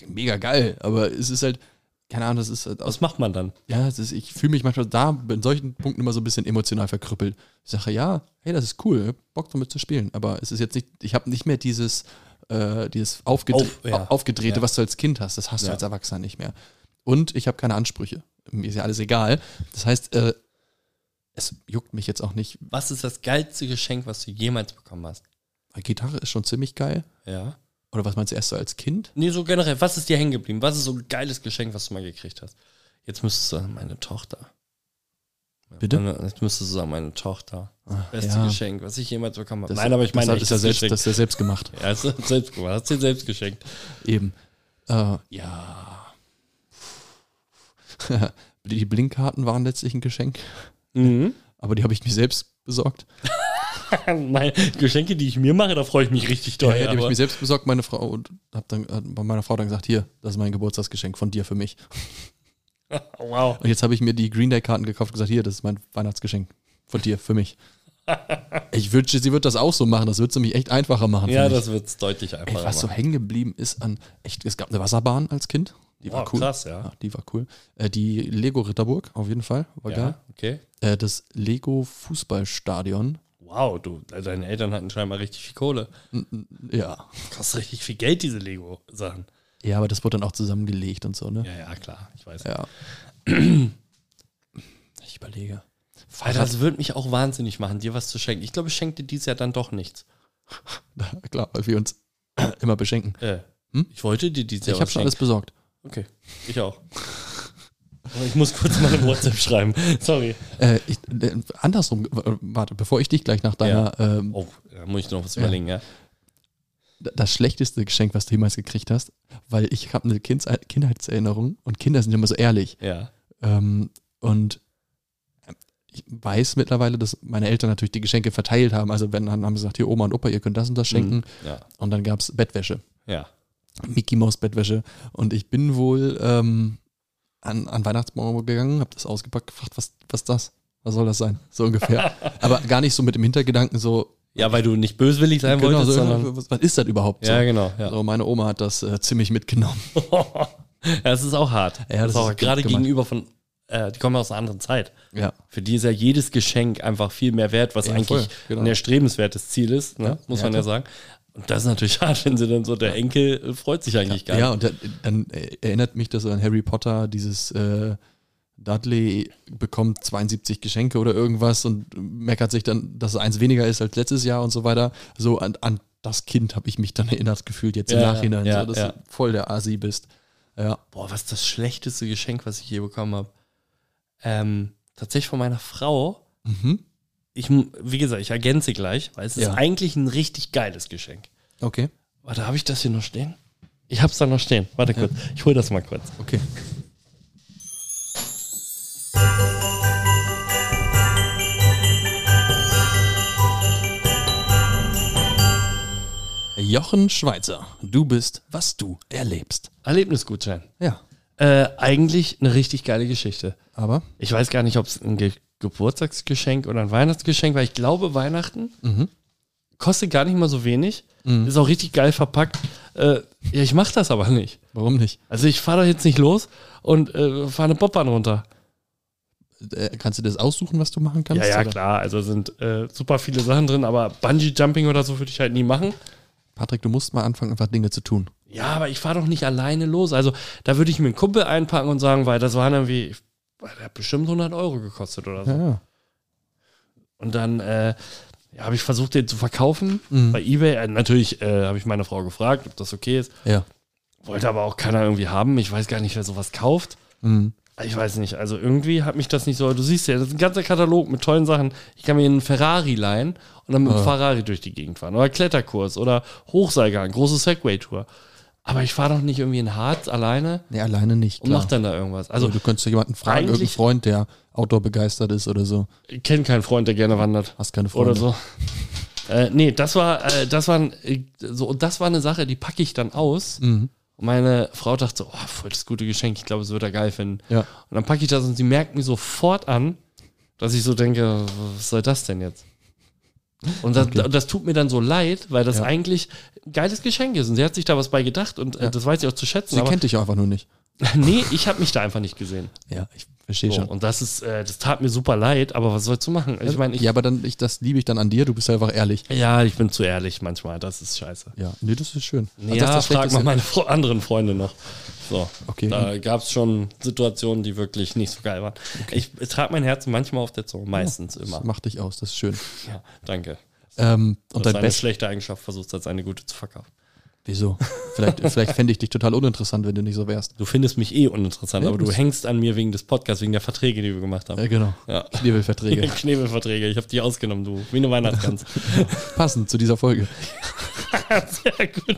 Mega geil, aber es ist halt, keine Ahnung, das ist halt aus, Was macht man dann? ja, es ist, ich fühle mich manchmal da, in solchen Punkten immer so ein bisschen emotional verkrüppelt. Ich sage, ja, hey, das ist cool, ich hab Bock damit zu spielen, aber es ist jetzt nicht, ich habe nicht mehr dieses, äh, dieses aufgedre Auf- ja. au- Aufgedrehte, Ja. was du als Kind hast, das hast Ja. du als Erwachsener nicht mehr. Und ich habe keine Ansprüche, mir ist ja alles egal. Das heißt, äh, es juckt mich jetzt auch nicht, Was ist das geilste Geschenk, was du jemals bekommen hast? Weil Ah, Gitarre ist schon ziemlich geil. Ja. Oder was meinst du erst so als Kind? Nee, so generell, was ist dir hängen geblieben? Was ist so ein geiles Geschenk, was du mal gekriegt hast? Jetzt müsstest du sagen, meine Tochter. Bitte? Ah, Meine, jetzt müsstest du sagen, meine Tochter. Das beste ja. Geschenk, was ich jemals bekommen habe. Nein, aber ich meine, das ist ja echtes selbst, Geschenk. das ist ja selbst gemacht. Ja, hast du selbst gemacht, hast du dir selbst geschenkt. Eben. Äh, ja. die Blinkkarten waren letztlich ein Geschenk, Mhm. aber die habe ich mir selbst besorgt. Meine Geschenke, die ich mir mache, da freue ich mich richtig doll. die habe ich aber- mir selbst besorgt, meine Frau und habe dann hat bei meiner Frau dann gesagt, hier, das ist mein Geburtstagsgeschenk von dir für mich. wow. Und jetzt habe ich mir die Green Day Karten gekauft und gesagt, hier, das ist mein Weihnachtsgeschenk von dir für mich. Ich wünsche, sie wird das auch so machen, das wird es nämlich echt einfacher machen. für Ja, mich. das wird es deutlich Ey, einfacher. was so machen. hängen geblieben ist an, echt, es gab eine Wasserbahn als Kind, die Wow, war cool. krass, ja. Die war cool. Äh, die Lego Ritterburg, auf jeden Fall, war geil. ja, okay. Äh, das Lego Fußballstadion, Wow, du, deine Eltern hatten scheinbar richtig viel Kohle. ja. Kostet richtig viel Geld, diese Lego-Sachen. Ja, aber das wurde dann auch zusammengelegt und so, ne? Ja, ja, klar, ich weiß. Ja. ich überlege. Alter, das würde mich auch wahnsinnig machen, dir was zu schenken. Ich glaube, ich schenke dir dieses Jahr dann doch nichts. Klar, weil wir uns immer beschenken. Äh, Hm? Ich wollte dir dieses Jahr ich habe was schon schenken. alles besorgt. Okay, ich auch. Aber ich muss kurz meine WhatsApp schreiben. Sorry. Äh, ich, äh, andersrum, äh, warte, bevor ich dich gleich nach deiner, ähm, Oh, da muss ich noch was überlegen, ja. das schlechteste Geschenk, was du jemals gekriegt hast, weil ich habe eine Kinds Kindheitserinnerung und Kinder sind immer so ehrlich. Ja. Ähm, und äh, ich weiß mittlerweile, dass meine Eltern natürlich die Geschenke verteilt haben. Also wenn dann haben sie gesagt, hier Oma und Opa, ihr könnt das und Mhm. das schenken. Ja. Und dann gab es Bettwäsche, Ja. Mickey Mouse Bettwäsche. Und ich bin wohl ähm, an, an Weihnachtsmorgen gegangen, habe das ausgepackt, gefragt, was, was das? Was soll das sein? So ungefähr. Aber gar nicht so mit dem Hintergedanken so, Ja, weil du nicht böswillig sein genau, wolltest, so sondern. was, was ist das überhaupt? Ja, so. genau. Ja. Also meine Oma hat das äh, ziemlich mitgenommen. das ist auch hart. Ja, das ist auch ist gerade gut gemacht. gegenüber von, äh, die kommen aus einer anderen Zeit. Ja. Für die ist ja jedes Geschenk einfach viel mehr wert, was Ja, eigentlich voll, genau. ein erstrebenswertes Ziel ist, ne? Ja, muss ja, man ja sagen. Und das ist natürlich hart, wenn sie dann so, der Enkel äh, freut sich eigentlich gar Ja, nicht. und dann, dann äh, erinnert mich das an Harry Potter, dieses äh, Dudley bekommt 72 Geschenke oder irgendwas und meckert sich dann, dass es eins weniger ist als letztes Jahr und so weiter. So an, an das Kind habe ich mich dann erinnert gefühlt, jetzt im Ja, Nachhinein, ja, so, dass ja. du voll der Asi bist. Ja, Boah, was ist das schlechteste Geschenk, was ich je bekommen habe? Ähm, tatsächlich von meiner Frau. mhm. Ich, mu- wie gesagt, ich ergänze gleich, weil es ist Ja. eigentlich ein richtig geiles Geschenk. okay, Warte, habe ich das hier noch stehen? Ich hab's da noch stehen. Warte kurz. Ich hole das mal kurz. okay. Jochen Schweizer, du bist, was du erlebst. Erlebnisgutschein. Ja, Äh, eigentlich eine richtig geile Geschichte. aber Ich weiß gar nicht, ob es ein Ge Geburtstagsgeschenk oder ein Weihnachtsgeschenk war. Ich glaube, Weihnachten Mhm. kostet gar nicht mal so wenig. Ist auch richtig geil verpackt. Äh, ja, ich mache das aber nicht. warum nicht? Also ich fahre doch jetzt nicht los und äh, fahre eine Bobbahn runter. Äh, Kannst du das aussuchen, was du machen kannst? Ja, ja, oder? klar. Also sind äh, super viele Sachen drin, aber Bungee-Jumping oder so würde ich halt nie machen. Patrick, du musst mal anfangen, einfach Dinge zu tun. Ja, aber ich fahre doch nicht alleine los. Also da würde ich mir einen Kumpel einpacken und sagen, weil das waren irgendwie, ich- der hat bestimmt 100 Euro gekostet oder so. ja. Und dann äh, ja, habe ich versucht, den zu verkaufen Mhm. bei eBay. Äh, natürlich äh, habe ich meine Frau gefragt, ob das okay ist. Ja. Wollte aber auch keiner irgendwie haben. Ich weiß gar nicht, wer sowas kauft. Mhm. Ich weiß nicht. Also irgendwie hat mich das nicht so. Du siehst ja, das ist ein ganzer Katalog mit tollen Sachen. Ich kann mir einen Ferrari leihen und dann mit dem Ferrari durch die Gegend fahren. Oder Kletterkurs oder Hochseilgang, große Segway-Tour. Aber ich fahre doch nicht irgendwie in Harz alleine Nee, alleine nicht. und Klar. mach dann da irgendwas. also, Also du könntest ja jemanden fragen, eigentlich- irgendeinen Freund, der Outdoor begeistert ist oder so. ich kenne keinen Freund, der gerne wandert. Hast keine Freunde. oder so. Äh, nee, das war, äh, das war, äh, so, und das war eine Sache, die packe ich dann aus. Mhm. Und meine Frau dachte so, oh, voll das gute Geschenk, ich glaube, es wird er geil finden. Ja. Und dann packe ich das und sie merkt mir sofort an, dass ich so denke, was soll das denn jetzt? Und das, und das tut mir dann so leid, weil das Ja. eigentlich ein geiles Geschenk ist. Und sie hat sich da was bei gedacht und äh, Ja. das weiß ich auch zu schätzen. Sie Aber, kennt dich auch einfach nur nicht. nee, ich habe mich da einfach nicht gesehen. Ja, ich verstehe So, und das ist, äh, das tat mir super leid, aber was sollst du machen? Ich meine, ich, ja, aber dann, ich, das liebe ich dann an dir. Du bist einfach ehrlich. ja, ich bin zu ehrlich manchmal, das ist scheiße. Ja, nee, das ist schön. Also, ja, Ah, das ist das frag mal Schlechteste- meine Fre anderen Freunde noch. So, Okay. da gab es schon Situationen, die wirklich nicht so geil waren. Ich trage mein Herz manchmal auf der Zunge, meistens Das immer. macht dich aus, das ist schön. Ja, danke. Ähm, und Und dein das ist eine Best. schlechte Eigenschaft, versuchst als eine gute zu verkaufen. Wieso? Vielleicht, vielleicht fände ich dich total uninteressant, wenn du nicht so wärst. Du findest mich eh uninteressant, Ja, aber du das- hängst an mir wegen des Podcasts, wegen der Verträge, die wir gemacht haben. Ja, genau. Ja. Knebelverträge. Knebelverträge, ich habe die ausgenommen, du. Wie eine Weihnachtsgans. Passend zu dieser Folge. Sehr gut.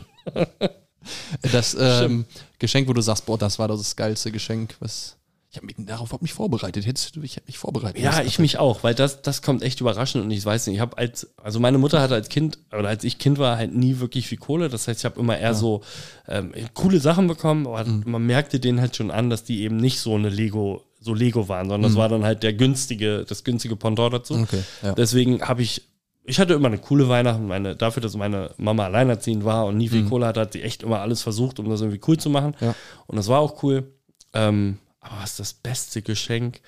Das ähm, Geschenk, wo du sagst, boah, das war das geilste Geschenk. Was, ich habe mich darauf überhaupt nicht vorbereitet. Hättest du, ich hätte mich vorbereitet. Ja, müssen. ich mich auch, weil das, das kommt echt überraschend und ich weiß nicht, ich habe als, also meine Mutter hatte als Kind, oder als ich Kind war, halt nie wirklich viel Kohle. Das heißt, ich habe immer eher so ähm, coole Sachen bekommen, aber Mhm. man merkte denen halt schon an, dass die eben nicht so eine Lego, so Lego waren, sondern das war dann halt der günstige, das günstige Pendant dazu. Mhm. Okay, ja. Deswegen habe ich, ich hatte immer eine coole Weihnachten, meine, dafür, dass meine Mama alleinerziehend war und nie viel Kohle hatte, hat sie echt immer alles versucht, um das irgendwie cool zu machen. Mhm. Ja. Und das war auch cool. Ähm, aber was ist das beste Geschenk?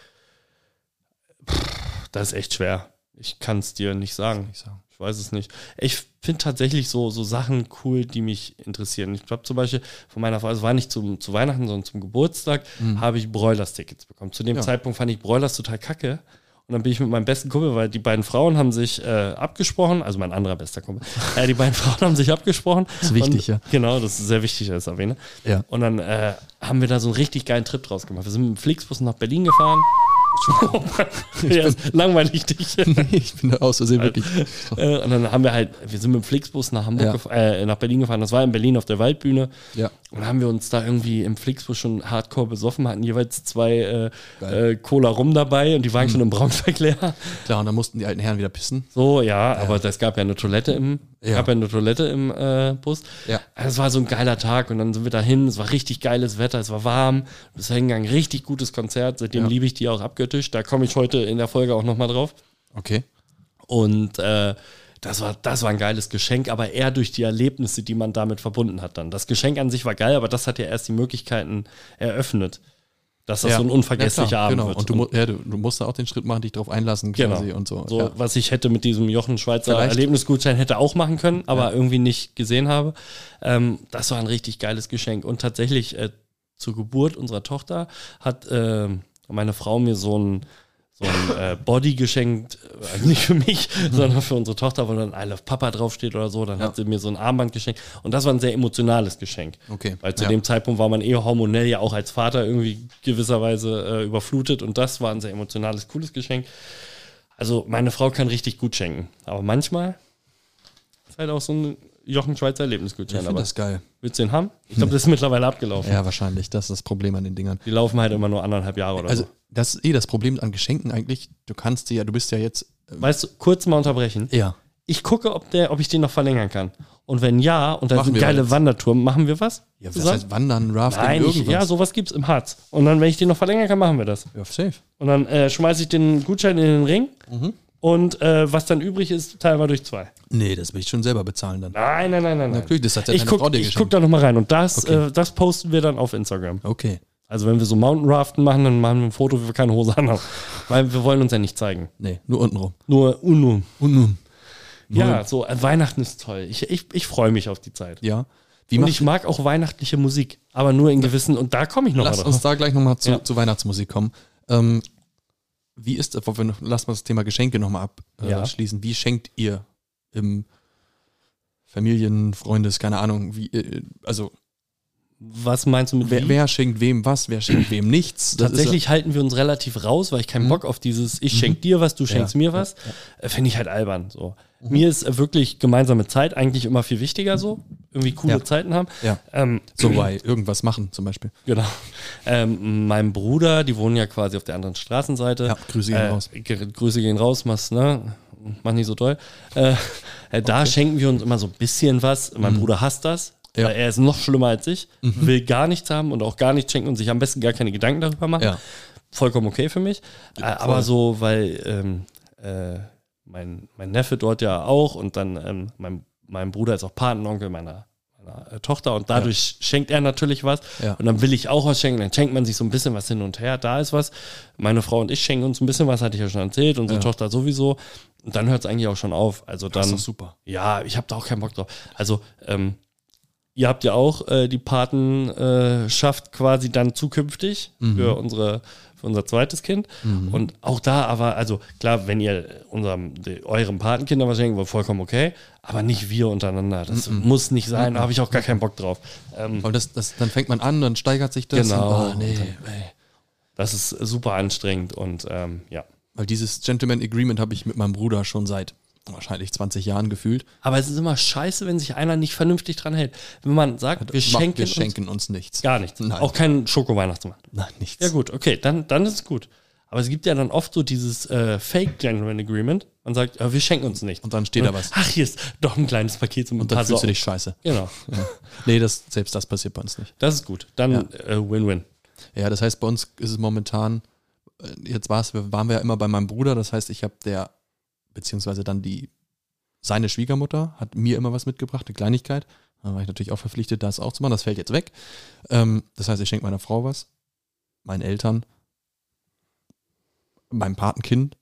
Das ist echt schwer. Ich kann es dir nicht sagen. Ich sagen. Ich weiß es nicht. Ich finde tatsächlich so, so Sachen cool, die mich interessieren. Ich habe zum Beispiel von meiner Frau, es war nicht zum, zu Weihnachten, sondern zum Geburtstag, habe ich Broilers-Tickets bekommen. Zu dem Mhm. Ja. Zeitpunkt fand ich Broilers total kacke. Und dann bin ich mit meinem besten Kumpel, weil die beiden Frauen haben sich äh, abgesprochen, also mein anderer bester Kumpel, äh, die beiden Frauen haben sich abgesprochen. Ist wichtig, und, ja. Genau, das ist sehr wichtig, dass ich das erwähne. Ja. Und dann äh, haben wir da so einen richtig geilen Trip draus gemacht. Wir sind mit dem Flixbus nach Berlin gefahren. ja, ist langweilig dich. Nee, ich bin da aus Versehen wirklich. Äh, und dann haben wir halt, wir sind mit dem Flixbus nach Hamburg, Ja. gef- äh, nach Berlin gefahren. Das war in Berlin auf der Waldbühne. Ja. Und dann haben wir uns da irgendwie im Flixbus schon hardcore besoffen, hatten jeweils zwei äh, Geil. Mhm. äh, Cola rum dabei und die waren schon im Braunschweig leer. Klar, und dann mussten die alten Herren wieder pissen. So, ja, aber das gab ja eine Toilette im, Ja. gab ja eine Toilette im äh, Bus. Ja. Es war so ein geiler Tag und dann sind wir dahin. Es war richtig geiles Wetter, es war warm. Das hingegangen, richtig gutes Konzert. Seitdem Ja. liebe ich die auch abgöttisch. Da komme ich heute in der Folge auch nochmal drauf. Okay. Und äh, das war, das war ein geiles Geschenk, aber eher durch die Erlebnisse, die man damit verbunden hat dann. Das Geschenk an sich war geil, aber das hat ja erst die Möglichkeiten eröffnet, dass das so ein unvergesslicher klar, Abend genau. wird. Und du, mu- ja, du, du musst da auch den Schritt machen, dich drauf einlassen genau. quasi und so. so ja. was ich hätte mit diesem Jochen Schweizer Vielleicht- Erlebnisgutschein hätte auch machen können, aber irgendwie nicht gesehen habe. Ähm, das war ein richtig geiles Geschenk. Und tatsächlich äh, zur Geburt unserer Tochter hat ähm, meine Frau mir so ein so ein äh, Body geschenkt, äh, also nicht für mich, sondern für unsere Tochter, wo dann I Love Papa draufsteht oder so. Dann Ja. hat sie mir so ein Armband geschenkt. Und das war ein sehr emotionales Geschenk. Okay, Weil zu ja. dem Zeitpunkt war man eh hormonell ja auch als Vater irgendwie gewisserweise äh, überflutet. Und das war ein sehr emotionales, cooles Geschenk. Also meine Frau kann richtig gut schenken. Aber manchmal ist halt auch so ein Jochen Ich Schweizer Erlebnisgutschein. finde Aber das geil. willst du den haben? Ich glaube, das ist mittlerweile abgelaufen. Ja, wahrscheinlich. Das ist das Problem an den Dingern. Die laufen halt immer nur anderthalb Jahre oder Also, so. das ist eh das Problem an Geschenken eigentlich. Du kannst dir ja, du bist ja jetzt. Weißt du, kurz mal unterbrechen. Ja. ich gucke, ob, der, ob ich den noch verlängern kann. Und wenn ja, und dann Machen sind wir geile was. Wandertouren, machen wir was? Ja, was Zusammen? heißt Wandern, Rafting, Nein, ich, irgendwas? ja, sowas gibt's im Harz. Und dann, wenn ich den noch verlängern kann, machen wir das. ja, safe. Und dann äh, schmeiße ich den Gutschein in den Ring Mhm. und äh, was dann übrig ist, teilen wir durch zwei. Nee, das will ich schon selber bezahlen dann. Nein, nein, nein, nein. nein. Natürlich, das hat ja Ich deine Frau guck, dir ich guck geschenkt. da nochmal rein und das, Okay. äh, das posten wir dann auf Instagram. Okay. Also wenn wir so Mountainraften machen, dann machen wir ein Foto, wie wir keine Hose anhaben. Weil wir wollen uns ja nicht zeigen. Nee, nur untenrum. Nur Uno. Untenrum. Ja, so äh, Weihnachten ist toll. Ich, ich, ich freue mich auf die Zeit. Ja. Wie Und macht, ich mag auch weihnachtliche Musik, aber nur in gewissen, und da komme ich noch mal lass drauf. uns da gleich nochmal zu, Ja. zu Weihnachtsmusik kommen. Ähm, wie ist das, obwohl wir noch, lass mal das Thema Geschenke nochmal Ja. abschließen. Wie schenkt ihr im Familien, Freundes, keine Ahnung, wie, äh, also Was meinst du mit wer, wie? wer schenkt wem was, wer schenkt wem nichts? Das ist Mhm. ja- Tatsächlich halten wir uns relativ raus, weil ich keinen Bock auf dieses, ich schenk dir was, du schenkst mir was, äh, finde ich halt albern. So. Mhm. Mir ist äh, wirklich gemeinsame Zeit eigentlich immer viel wichtiger so. Irgendwie coole Ja. Zeiten haben. Ja. Ähm, so bei irgendwas machen zum Beispiel. Genau. Ähm, mein Bruder, die wohnen ja quasi auf der anderen Straßenseite. Äh, Ja, Grüße gehen raus. ge- Grüße gehen raus, mach's, ne? Mach nicht so toll. Äh, äh, da schenken wir uns immer so ein bisschen was. Mein Bruder hasst das. Mhm. Ja. Mhm. Weil er ist noch schlimmer als ich, will gar nichts haben und auch gar nichts schenken und sich am besten gar keine Gedanken darüber machen. Ja. Vollkommen okay für mich. äh, aber voll. so, weil ähm, äh, mein, mein Neffe dort ja auch und dann ähm, mein, mein Bruder ist auch Patenonkel meiner, meiner äh, Tochter und dadurch schenkt er natürlich was. Ja. Und dann will ich auch was schenken, dann schenkt man sich so ein bisschen was hin und her. Da ist was. Meine Frau und ich schenken uns ein bisschen was, hatte ich ja schon erzählt, unsere Ja. Tochter sowieso. Und dann hört es eigentlich auch schon auf. Also Das ist dann, doch super. ja, ich habe da auch keinen Bock drauf. Also, ähm, ihr habt ja auch äh, die Patenschaft äh, quasi dann zukünftig für, unsere, für unser zweites Kind. Und auch da aber, also klar, wenn ihr unserem, de, eurem Patenkinder was schenken wollt, vollkommen okay, aber nicht wir untereinander. Das muss nicht sein, da habe ich auch gar keinen Bock drauf. Ähm, Weil das, das, dann fängt man an, dann steigert sich das. Genau. Und, oh, nee, Und ey. das ist super anstrengend und ähm, ja. Weil dieses Gentleman Agreement habe ich mit meinem Bruder schon seit wahrscheinlich 20 Jahren gefühlt. Aber es ist immer scheiße, wenn sich einer nicht vernünftig dran hält. Wenn man sagt, wir Mach- schenken, wir schenken uns, nichts. uns gar nichts. Nein. Auch keinen Schoko-Weihnachtsmann. Nein, nichts. Ja gut, okay, dann, dann ist es gut. Aber es gibt ja dann oft so dieses äh, Fake Gentleman Agreement. Man sagt, äh, wir schenken uns nichts. Und dann steht da was. Ach, hier ist doch ein kleines Paket zum Und dann fühlst du dich scheiße. Genau, Nee, das, selbst das passiert bei uns nicht. das ist gut. Dann äh, Win-Win. Ja, das heißt, bei uns ist es momentan, äh, jetzt war's, wir- waren wir ja immer bei meinem Bruder, das heißt, ich habe der, beziehungsweise dann die, seine Schwiegermutter hat mir immer was mitgebracht, eine Kleinigkeit. Da war ich natürlich auch verpflichtet, das auch zu machen. Das fällt jetzt weg. Ähm, das heißt, ich schenke meiner Frau was, meinen Eltern, meinem Patenkind.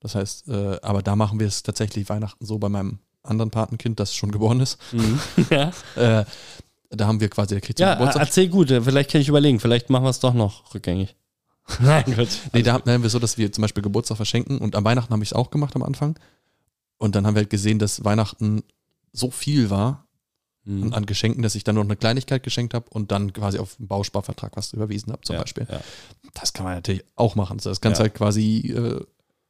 Das heißt, äh, aber da machen wir es tatsächlich Weihnachten so bei meinem anderen Patenkind, das schon geboren ist. ja, Äh, da haben wir quasi, der kriegt Mhm. zum ja Geburtstag er- erzähl gut. äh, Vielleicht kann ich überlegen. Vielleicht machen wir es doch noch rückgängig. Nein, Quatsch. Also, Nee, da haben wir so, dass wir zum Beispiel Geburtstag verschenken und am Weihnachten habe ich es auch gemacht am Anfang. Und dann haben wir halt gesehen, dass Weihnachten so viel war an- Mhm. an Geschenken, dass ich dann noch eine Kleinigkeit geschenkt habe und dann quasi auf einen Bausparvertrag was überwiesen habe zum ja, Beispiel. Ja. Das kann man natürlich auch machen. Also Das Ganze Ja. halt quasi, äh,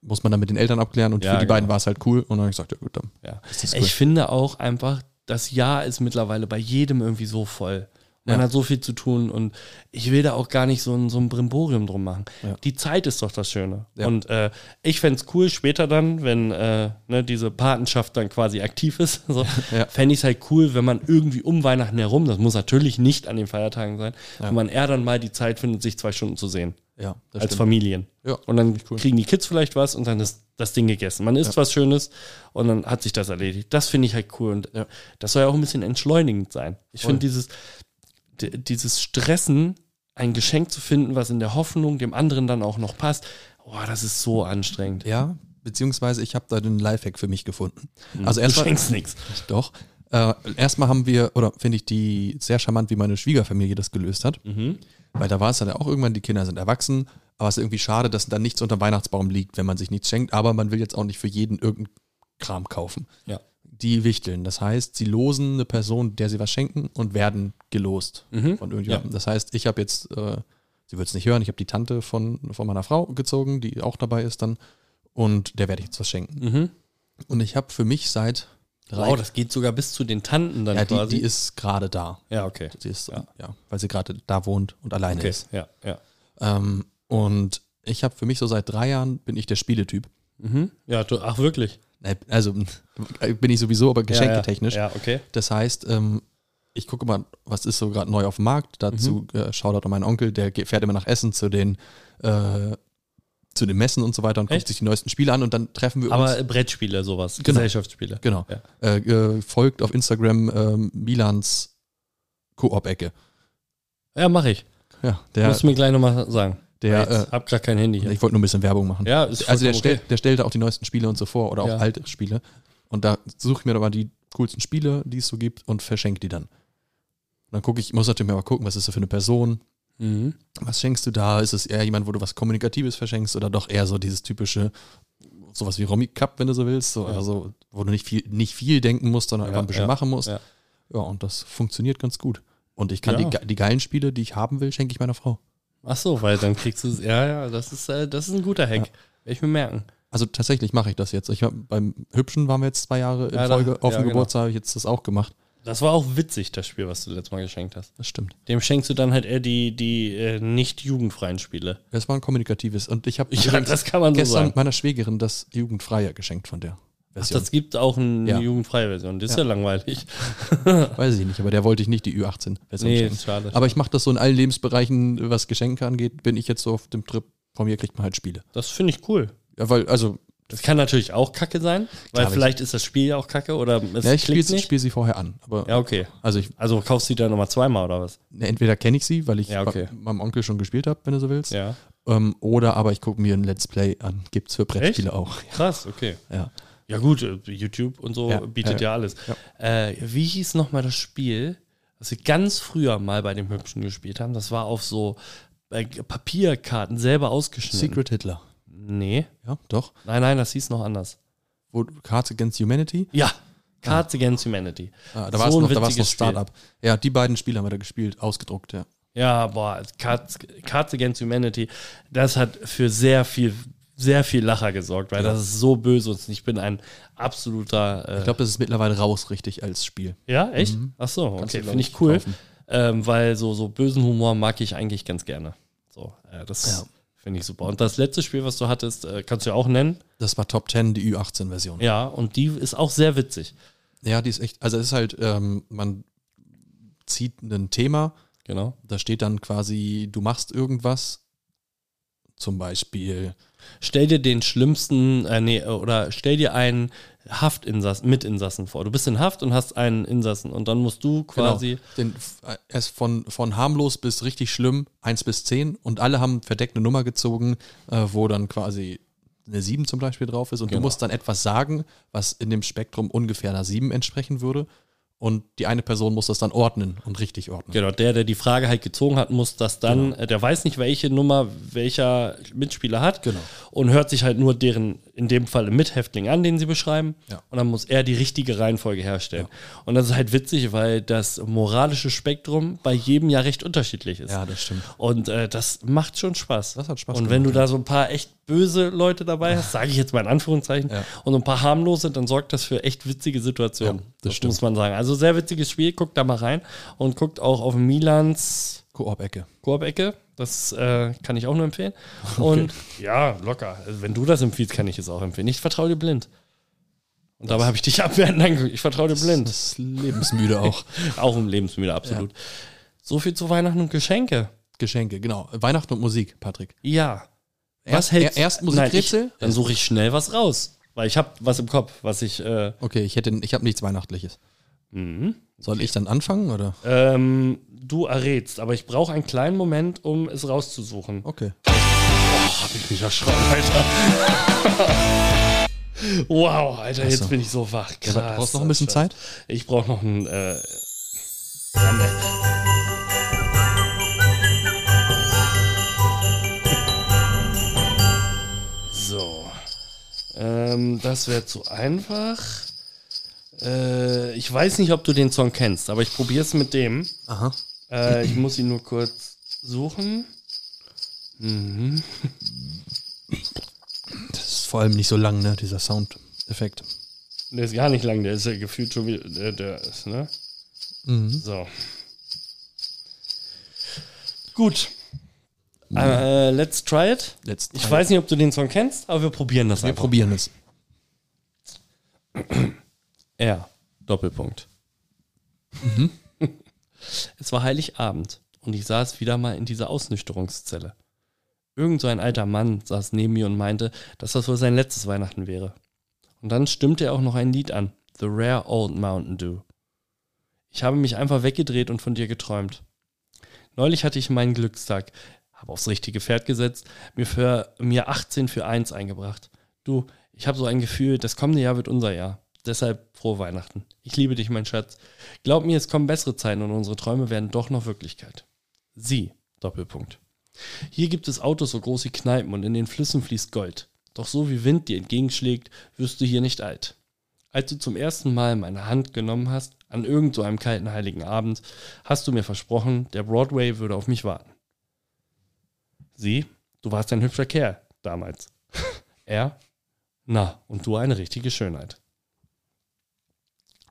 muss man dann mit den Eltern abklären und Ja, für die genau. beiden war es halt cool. Und dann habe ich gesagt, ja gut, dann Ja. ist das cool. Ich finde auch einfach, das Jahr ist mittlerweile bei jedem irgendwie so voll. Man Ja. hat so viel zu tun und ich will da auch gar nicht so ein, so ein Brimborium drum machen. Ja. Die Zeit ist doch das Schöne. Ja. Und äh, ich fänd's cool, später dann, wenn äh, ne, diese Patenschaft dann quasi aktiv ist, so, Ja. fände ich's halt cool, wenn man irgendwie um Weihnachten herum, das muss natürlich nicht an den Feiertagen sein, wenn man eher dann mal die Zeit findet, sich zwei Stunden zu sehen ja, das als stimmt. Familien. Ja, und dann cool. kriegen die Kids vielleicht was und dann ist das Ding gegessen. Man isst was Schönes und dann hat sich das erledigt. Das finde ich halt cool und Ja. das soll ja auch ein bisschen entschleunigend sein. Ich Voll. finde dieses, d- dieses Stressen, ein Geschenk zu finden, was in der Hoffnung dem anderen dann auch noch passt, boah, das ist so anstrengend. ja, beziehungsweise ich habe da den Lifehack für mich gefunden. Also Du erstmal, schenkst nichts. Doch. Äh, erstmal haben wir, oder finde ich die sehr charmant, wie meine Schwiegerfamilie das gelöst hat. Mhm. Weil da war es dann auch irgendwann, die Kinder sind erwachsen, aber es ist irgendwie schade, dass dann nichts unter dem Weihnachtsbaum liegt, wenn man sich nichts schenkt. Aber man will jetzt auch nicht für jeden irgendeinen Kram kaufen. Ja. Die wichteln. Das heißt, sie losen eine Person, der sie was schenken und werden gelost Mhm. von irgendjemandem. Das heißt, ich habe jetzt, äh, sie wird es nicht hören, ich habe die Tante von, von meiner Frau gezogen, die auch dabei ist dann. Und der werde ich jetzt was schenken. Mhm. Und ich habe für mich seit drei Wow, das geht sogar bis zu den Tanten dann ja, die, quasi. die ist gerade da. ja, okay. Sie ist, Ja. ja. weil sie gerade da wohnt und alleine okay. ist. Ja, ja. Ähm, und ich habe für mich so seit drei Jahren bin ich der Spieletyp. Mhm. Ja, du, ach wirklich? Äh, Also äh, bin ich sowieso, aber geschenketechnisch. Ja, ja. ja okay. Das heißt, ähm, ich gucke mal, was ist so gerade neu auf dem Markt. Dazu Mhm. äh, schaut an meinen Onkel, der ge- fährt immer nach Essen zu den, äh, zu den Messen und so weiter und guckt Echt? sich die neuesten Spiele an und dann treffen wir uns. Aber Brettspiele, sowas. Gesellschaftsspiele. Genau. Ja. Äh, äh, folgt auf Instagram ähm, Milans Koop-Ecke. Ja, mache ich. Ja, der, Musst du mir gleich nochmal sagen. der äh, Weil ich hab grad kein Handy hier. Ich wollte nur ein bisschen Werbung machen. Ja, ist also der, vollkommen stell, der stellt da auch die neuesten Spiele und so vor oder auch Ja. alte Spiele. Und da suche ich mir dann mal die coolsten Spiele, die es so gibt und verschenke die dann. Dann gucke ich, muss natürlich mal gucken, was ist das für eine Person? Mhm. Was schenkst du da? Ist es eher jemand, wo du was Kommunikatives verschenkst oder doch eher so dieses typische, sowas wie Romy Cup, wenn du so willst, so, Ja. also, wo du nicht viel, nicht viel denken musst, sondern Ja, einfach ein bisschen ja, machen musst. ja. Ja. und das funktioniert ganz gut. Und ich kann Ja. die, ge- die geilen Spiele, die ich haben will, schenke ich meiner Frau. Ach so, weil dann kriegst du es. Ja, ja, das ist, äh, das ist ein guter Hack. Werd ich mir merken. Also tatsächlich mache ich das jetzt. Ich hab, beim Hübschen waren wir jetzt zwei Jahre in Ja, da- Folge. Auf ja, dem genau. Geburtstag habe ich jetzt das auch gemacht. Das war auch witzig, das Spiel, was du letztes Mal geschenkt hast. Das stimmt. Dem schenkst du dann halt eher die, die äh, nicht jugendfreien Spiele. Das war ein kommunikatives. Und ich habe Ja, das kann man so gestern sagen. meiner Schwägerin das Jugendfreie geschenkt von der Ach, Version. das gibt auch eine Ja. jugendfreie Version. Das ist ja, langweilig. Weiß ich nicht, aber der wollte ich nicht die Ü18-Version Nee, schenken. ist schade. Aber ich mache das so in allen Lebensbereichen, was Geschenke angeht, bin ich jetzt so auf dem Trip. Von mir kriegt man halt Spiele. Das finde ich cool. Ja, weil, also, Das kann natürlich auch kacke sein, weil Klar, aber vielleicht ist das Spiel ja auch kacke oder es ja, ne, ich klickt spiele spiel sie vorher an. Aber Ja, okay. also ich, Also kaufst du die dann nochmal zweimal oder was? ne, entweder kenne ich sie, weil ich Ja, okay. bei meinem Onkel schon gespielt habe, wenn du so willst. Ja. Ähm, oder aber ich gucke mir ein Let's Play an. Gibt's für Brettspiele auch. Krass, okay. Ja. Ja gut, äh, YouTube und so Ja, bietet ja, ja, alles. Äh, wie hieß nochmal das Spiel, das wir ganz früher mal bei dem Hübschen gespielt haben? Das war auf so äh, Papierkarten selber ausgeschnitten. Secret Hitler. Nee. Ja, doch. Nein, nein, das hieß noch anders. Wo, Cards Against Humanity. Ja, Cards Against Humanity. Ah, da So war es ein noch, da war's noch witziges Spiel. Startup. Ja, die beiden Spiele haben wir da gespielt, ausgedruckt, ja. Ja, boah, Cards, Cards Against Humanity, das hat für sehr viel, sehr viel Lacher gesorgt, weil das ist so böse und ich bin ein absoluter. Äh, Ich glaube, das ist mittlerweile raus, richtig, als Spiel. ja, echt? Ach so, Mhm. du, okay, glaub finde ich ich, cool, kaufen. ähm, weil so so bösen Humor mag ich eigentlich ganz gerne. So, äh, das Ja. finde ich super. Und das letzte Spiel, was du hattest, äh, kannst du ja auch nennen. Das war Top 10, die Ü18-Version. Ja. Ja, und die ist auch sehr witzig. die ist echt, also es ist halt, ähm, man zieht ein Thema, Genau. da steht dann quasi, du machst irgendwas, zum Beispiel, Stell dir den schlimmsten, äh, nee, oder stell dir einen Haftinsassen, Mitinsassen vor. Du bist in Haft und hast einen Insassen und dann musst du quasi. Genau, den, äh, erst von, von harmlos bis richtig schlimm, 1 bis 10 und alle haben verdeckt eine Nummer gezogen, äh, wo dann quasi eine 7 zum Beispiel drauf ist und Genau. du musst dann etwas sagen, was in dem Spektrum ungefähr einer 7 entsprechen würde und die eine Person muss das dann ordnen und richtig ordnen. Genau, der, der die Frage halt gezogen hat, muss das dann, Genau. äh, der weiß nicht, welche Nummer welcher Mitspieler hat Genau. und hört sich halt nur deren, in dem Fall Mithäftling an, den sie beschreiben. Ja. Und dann muss er die richtige Reihenfolge herstellen. Und das ist halt witzig, weil das moralische Spektrum bei jedem ja recht unterschiedlich ist. Ja, das stimmt. Und äh, das macht schon Spaß. Das hat Spaß Und gemacht, wenn du ja. da so ein paar echt böse Leute dabei hast, sage ich jetzt mal in Anführungszeichen, Ja. und so ein paar harmlose, dann sorgt das für echt witzige Situationen. Ja, das das stimmt. muss man sagen. Also sehr witziges Spiel, guckt da mal rein und guckt auch auf Milans Koop-Ecke. Koop-Ecke. Das äh, kann ich auch nur empfehlen. Und ja, locker. Also, wenn du das empfiehlst, kann ich es auch empfehlen. Ich vertraue dir blind. Und dabei habe ich dich abwerten angeguckt. Ich vertraue dir blind. Das ist lebensmüde auch. auch im Lebensmittel, absolut. So viel zu Weihnachten und Geschenke. Geschenke, genau. Weihnachten und Musik, Patrick. Ja. Erst- er- erst Musikrätsel? Nein, ich, dann suche ich schnell was raus. Weil ich habe was im Kopf, was ich. Äh, Okay, ich hätte, ich habe nichts Weihnachtliches. Mhm. Soll ich dann anfangen oder? ähm, du errätst, aber ich brauche einen kleinen Moment, um es rauszusuchen. Okay. Hab ich mich erschrocken, Alter. Wow, Alter, jetzt Achso. bin ich so wach. Krass. Ja, brauchst du noch ein bisschen Alter. Zeit? Ich brauche noch ein. Äh, ja, ne. so. Ähm, das wäre zu einfach. Äh, ich weiß nicht, ob du den Song kennst, aber ich probiere es mit dem. Aha. Äh, ich muss ihn nur kurz suchen. Das ist vor allem nicht so lang, ne, dieser Soundeffekt. Der ist gar nicht lang, der ist ja gefühlt schon wieder. Der, der ist, ne? Mhm. So. Gut. Äh, let's try it. Let's Ich weiß nicht, ob du den Song kennst, aber wir probieren das Wir einfach. probieren es. R. Doppelpunkt. es war Heiligabend und ich saß wieder mal in dieser Ausnüchterungszelle. Irgend so ein alter Mann saß neben mir und meinte, dass das wohl sein letztes Weihnachten wäre. Und dann stimmte er auch noch ein Lied an, The Rare Old Mountain Dew. Ich habe mich einfach weggedreht und von dir geträumt. Neulich hatte ich meinen Glückstag, habe aufs richtige Pferd gesetzt, mir für mir 18 für 1 eingebracht. Du, ich habe so ein Gefühl, das kommende Jahr wird unser Jahr. Deshalb frohe Weihnachten. Ich liebe dich, mein Schatz. Glaub mir, es kommen bessere Zeiten und unsere Träume werden doch noch Wirklichkeit. Sie. Doppelpunkt. Hier gibt es Autos so groß wie Kneipen und in den Flüssen fließt Gold. Doch so wie Wind dir entgegenschlägt, wirst du hier nicht alt. Als du zum ersten Mal meine Hand genommen hast, an irgend so einem kalten heiligen Abend, hast du mir versprochen, der Broadway würde auf mich warten. Sie, du warst ein hübscher Kerl damals. er, na, und du eine richtige Schönheit.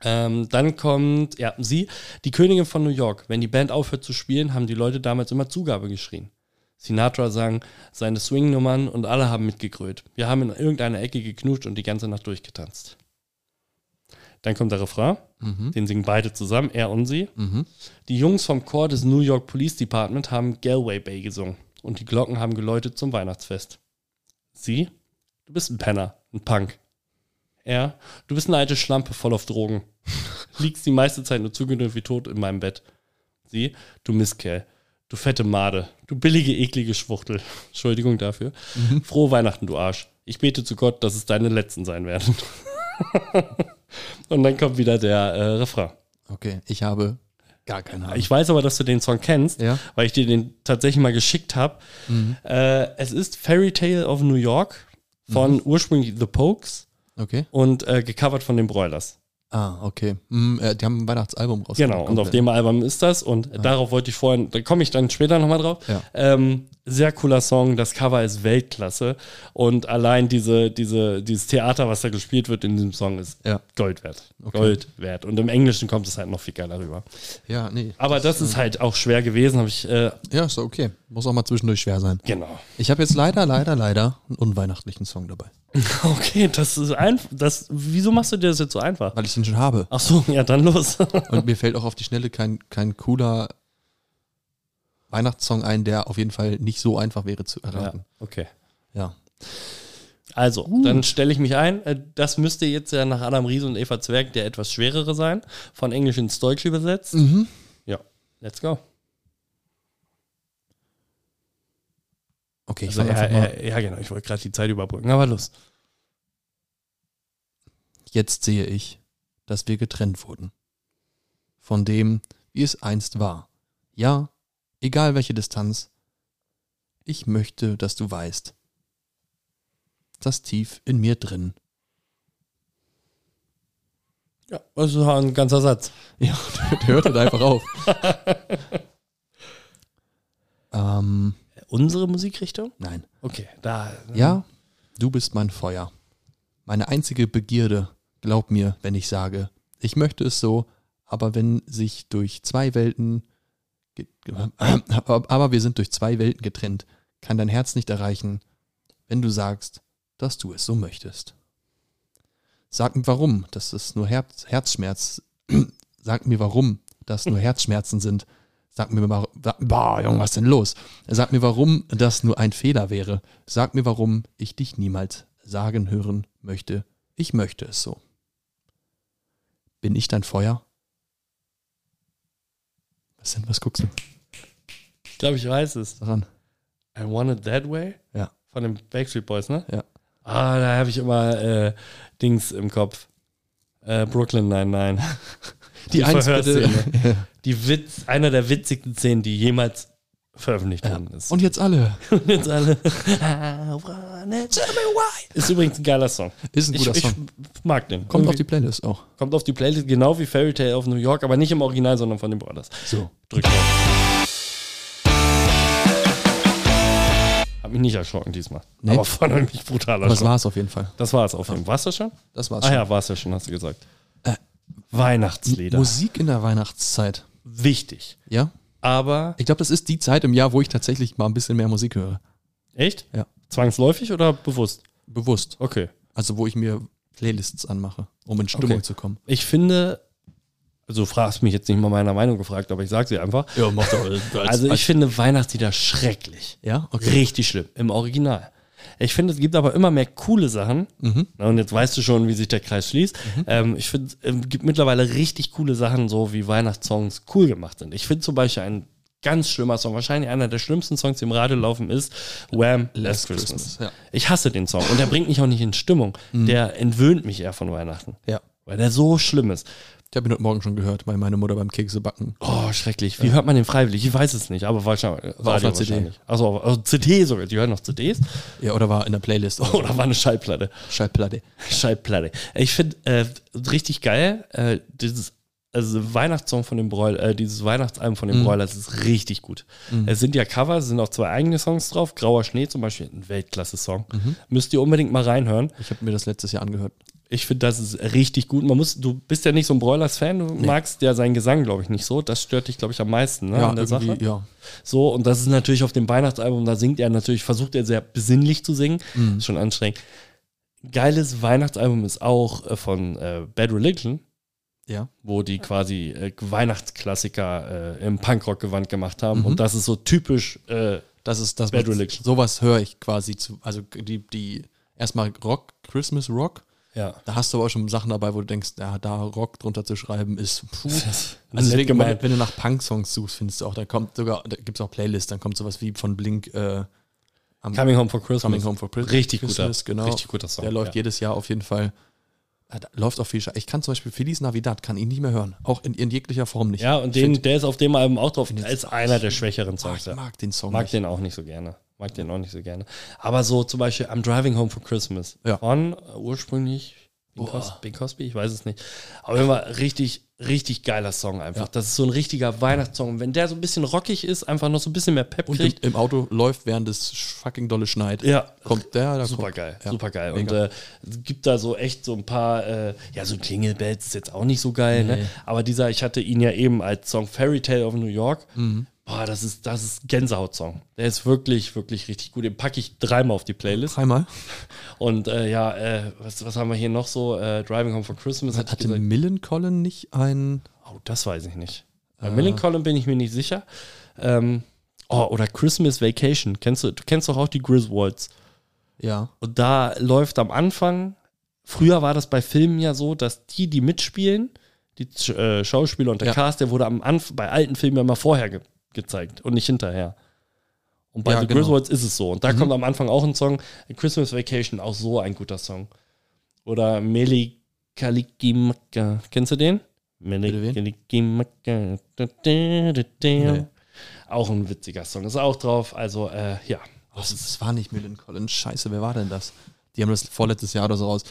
Ähm, dann kommt, ja, sie, die Königin von New York. Wenn die Band aufhört zu spielen, haben die Leute damals immer Zugabe geschrien. Sinatra sang seine Swing-Nummern und alle haben mitgegrölt. Wir haben in irgendeiner Ecke geknutscht und die ganze Nacht durchgetanzt. Dann kommt der Refrain, Mhm. den singen beide zusammen, er und sie. Mhm. Die Jungs vom Chor des New York Police Department haben Galway Bay gesungen und die Glocken haben geläutet zum Weihnachtsfest. Sie, du bist ein Penner, ein Punk. Er, du bist eine alte Schlampe voll auf Drogen. Liegst die meiste Zeit nur zugedröhnt wie tot in meinem Bett. Sie, du Mistkerl, du fette Made, du billige, eklige Schwuchtel. Entschuldigung dafür. Mhm. Frohe Weihnachten, du Arsch. Ich bete zu Gott, dass es deine letzten sein werden. Und dann kommt wieder der äh, Refrain. Okay, ich habe gar keine Ahnung. Ich weiß aber, dass du den Song kennst, Ja. Mhm. weil ich dir den tatsächlich mal geschickt habe. Äh, es ist Fairy Tale of New York von Mhm. ursprünglich The Pokes Okay. und äh, gecovert von den Broilers. Ah, okay. Mhm, äh, die haben ein Weihnachtsalbum rausgebracht. Genau, und auf dem Album ist das und darauf wollte ich vorhin, da komme ich dann später nochmal drauf. Ja. Ähm, sehr cooler Song, das Cover ist Weltklasse und allein diese, diese, dieses Theater, was da gespielt wird in diesem Song, ist Ja. Gold wert. Okay. Gold wert. Und im Englischen kommt es halt noch viel geiler rüber. Ja, nee. Aber das ist halt auch schwer gewesen, habe ich, äh, Ja, ist doch okay. Muss auch mal zwischendurch schwer sein. genau. Ich habe jetzt leider, leider, leider einen unweihnachtlichen Song dabei. Okay, das ist einfach. Das, wieso machst du dir das jetzt so einfach? Weil ich ihn schon habe. Ach so, ja, dann los. Und mir fällt auch auf die Schnelle kein, kein cooler Weihnachtssong ein, der auf jeden Fall nicht so einfach wäre zu erraten. okay. Ja. Also, dann stelle ich mich ein. Äh, Das müsste jetzt ja nach Adam Riese und Eva Zwerg der etwas schwerere sein. Von Englisch ins Deutsche übersetzt. Mhm. Ja, let's go. Okay, ich Also, fang ja, einfach mal. ja, ja, genau, ich wollte gerade die Zeit überbrücken, aber los. Jetzt sehe ich, dass wir getrennt wurden. Von dem, wie es einst war. Ja, egal welche Distanz. Ich möchte, dass du weißt. Das tief in mir drin. Ja, das war ein ganzer Satz. Ja, der hört halt einfach auf. ähm, Unsere Musikrichtung? nein. Okay, da. Ja, du bist mein Feuer. Meine einzige Begierde, glaub mir, wenn ich sage, ich möchte es so, aber wenn sich durch zwei Welten, ge- ge- äh, aber wir sind durch zwei Welten getrennt, kann dein Herz nicht erreichen, wenn du sagst, dass du es so möchtest. Sag mir warum, dass es nur Herz, Herzschmerz, sag mir warum, dass nur Herzschmerzen sind. Sag mir mal, boah, Junge, was ist denn los? Sag mir warum, das nur ein Fehler wäre. Sag mir, warum ich dich niemals sagen hören möchte, ich möchte es so. Bin ich dein Feuer? Was denn, was guckst du Ich glaube, ich weiß es. daran? I want it that way? Ja. Von den Backstreet Boys, ne? Ja. Ah, da habe ich immer äh, Dings im Kopf. Äh, Brooklyn 99. Die eins bitte. Verhörszene. Die Witz, einer der witzigsten Szenen, die jemals veröffentlicht worden ist. Und jetzt alle. Und jetzt alle. I wanna tell me why. Ist übrigens ein geiler Song. Ist ein guter ich, Song. Ich mag den. Kommt auf Irgendwie- die Playlist auch. kommt auf die Playlist, genau wie Fairy Tale of New York, aber nicht im Original, sondern von den Brothers. So. Drück drauf. Hab mich nicht erschrocken diesmal. Nee. Aber vorne mich brutal Das erschrocken. war's auf jeden Fall. Das war's auf jeden Fall. Warst du schon? Das war's Ah schon. ja, warst du schon, hast du gesagt. Äh, Weihnachtslieder. Musik in der Weihnachtszeit. Wichtig. Ja? Aber, Ich glaube, das ist die Zeit im Jahr, wo ich tatsächlich mal ein bisschen mehr Musik höre. echt? Ja. Zwangsläufig oder bewusst? Bewusst. Okay. Also, wo ich mir Playlists anmache, um in Stimmung Okay. zu kommen. Ich finde, also fragst mich jetzt nicht mal meiner Meinung gefragt, aber ich sag sie einfach. Ja, mach doch. Also ich finde Weihnachtslieder schrecklich. Ja, okay. Richtig schlimm, im Original. Ich finde, es gibt aber immer mehr coole Sachen. Mhm. Na, Und jetzt weißt du schon, wie sich der Kreis schließt. Ähm, ich finde, es gibt mittlerweile richtig coole Sachen, so wie Weihnachtssongs cool gemacht sind. Ich finde zum Beispiel ein ganz schlimmer Song, wahrscheinlich einer der schlimmsten Songs, die im Radio laufen, ist Wham! Last Christmas. Ja. Mhm. Ich hasse den Song und der bringt mich auch nicht in Stimmung. Der entwöhnt mich eher von Weihnachten, ja. weil der so schlimm ist. Ich habe ihn heute Morgen schon gehört, weil meine Mutter beim Kekse backen. Oh, schrecklich. Wie hört man den freiwillig? Ich weiß es nicht, aber wahrscheinlich. War auf Radio einer CD. wahrscheinlich. Achso, auf- also CD sogar. Die hören noch CDs. Ja, oder war in der Playlist. Oh, Oder war eine Schallplatte. Schallplatte. Schallplatte. Ich finde äh, richtig geil, äh, dieses also Weihnachtssong von dem Broil, äh, dieses Weihnachtsalbum von Mhm. dem Broiler, das ist richtig gut. Es sind ja Covers, es sind auch zwei eigene Songs drauf. Grauer Schnee zum Beispiel, ein Weltklasse-Song. Müsst ihr unbedingt mal reinhören. Ich habe mir das letztes Jahr angehört. Ich finde, das ist richtig gut. Man muss, du bist ja nicht so ein Broilers-Fan, du magst ja seinen Gesang, glaube ich, nicht so. Das stört dich, glaube ich, am meisten ne, an der Sache. irgendwie, ja. So, und das ist natürlich auf dem Weihnachtsalbum, da singt er natürlich, versucht er sehr besinnlich zu singen. Mhm. Ist schon anstrengend. Geiles Weihnachtsalbum ist auch äh, von äh, Bad Religion, Ja. wo die quasi äh, Weihnachtsklassiker äh, im Punkrock-Gewand gemacht haben. Mhm. Und das ist so typisch. Äh, Das ist das, Bad was- Religion. sowas höre ich quasi zu. Also die, die erstmal Rock, Christmas Rock. ja. Da hast du aber auch schon Sachen dabei, wo du denkst, ja, da Rock drunter zu schreiben ist. Puh. Also Also nett deswegen, wenn, gemeint. du- wenn du nach Punk-Songs suchst, findest du auch, da kommt sogar, da gibt es auch Playlists, dann kommt sowas wie von Blink äh, am Coming Home for Christmas. Coming Home for Christmas. Richtig Christmas, guter- genau. richtig guter Song, Der läuft ja. jedes Jahr auf jeden Fall. Ja, Da läuft auch viel. Scheiße. Ich kann zum Beispiel Feliz Navidad, kann ihn nicht mehr hören. Auch in, in jeglicher Form nicht. Ja, und den, der ist auf dem Album auch drauf. Find Der jetzt- ist einer der schwächeren Ah, Songs. ich ja. mag den Song Mag nicht. den auch nicht so gerne. Mag den auch nicht so gerne. Aber so zum Beispiel I'm Driving Home for Christmas. Ja. Von äh, ursprünglich Bing, Boah. Cos Bing Cosby, ich weiß es nicht. Aber immer richtig, richtig geiler Song einfach. Ja. Das ist so ein richtiger Weihnachtssong. Und wenn der so ein bisschen rockig ist, einfach noch so ein bisschen mehr Pep Und im, kriegt. im Auto läuft, während es fucking dolle schneit. Ja. Kommt der, da Super kommt, geil, ja. super geil. Und Mega. äh, es gibt da so echt so ein paar, äh, ja, so Klingelbells ist jetzt auch nicht so geil, ne? Aber dieser, ich hatte ihn ja eben als Song Fairy Tale of New York. Mhm. Boah, das ist, das ist Gänsehaut-Song. Der ist wirklich, wirklich richtig gut. Den packe ich dreimal auf die Playlist. Dreimal. Und äh, ja, äh, was, was haben wir hier noch so? Äh, Driving Home for Christmas hatte ich Hatte gesagt. Millencolin nicht einen. Oh, das weiß ich nicht. Bei Ah. Millencolin bin ich mir nicht sicher. Ähm, oh, oder Christmas Vacation. Kennst du, du kennst doch auch die Griswolds. Ja. Und da läuft am Anfang, früher war das bei Filmen ja so, dass die, die mitspielen, die Sch- äh, Schauspieler und der Ja. Cast, der wurde am Anf bei alten Filmen ja immer vorher ge gezeigt und nicht hinterher. Und bei Ja, The genau. Griswolds ist es so. Und da kommt am Anfang auch ein Song, Christmas Vacation, auch so ein guter Song. Oder Meli Kalikimaka. Kennst du den? Bitte wen? Kalikimaka. Nee. Auch ein witziger Song. Ist auch drauf. Also, äh, ja. Was, das war nicht Millencolin. Scheiße, wer war denn das? Die haben das vorletztes Jahr oder so raus.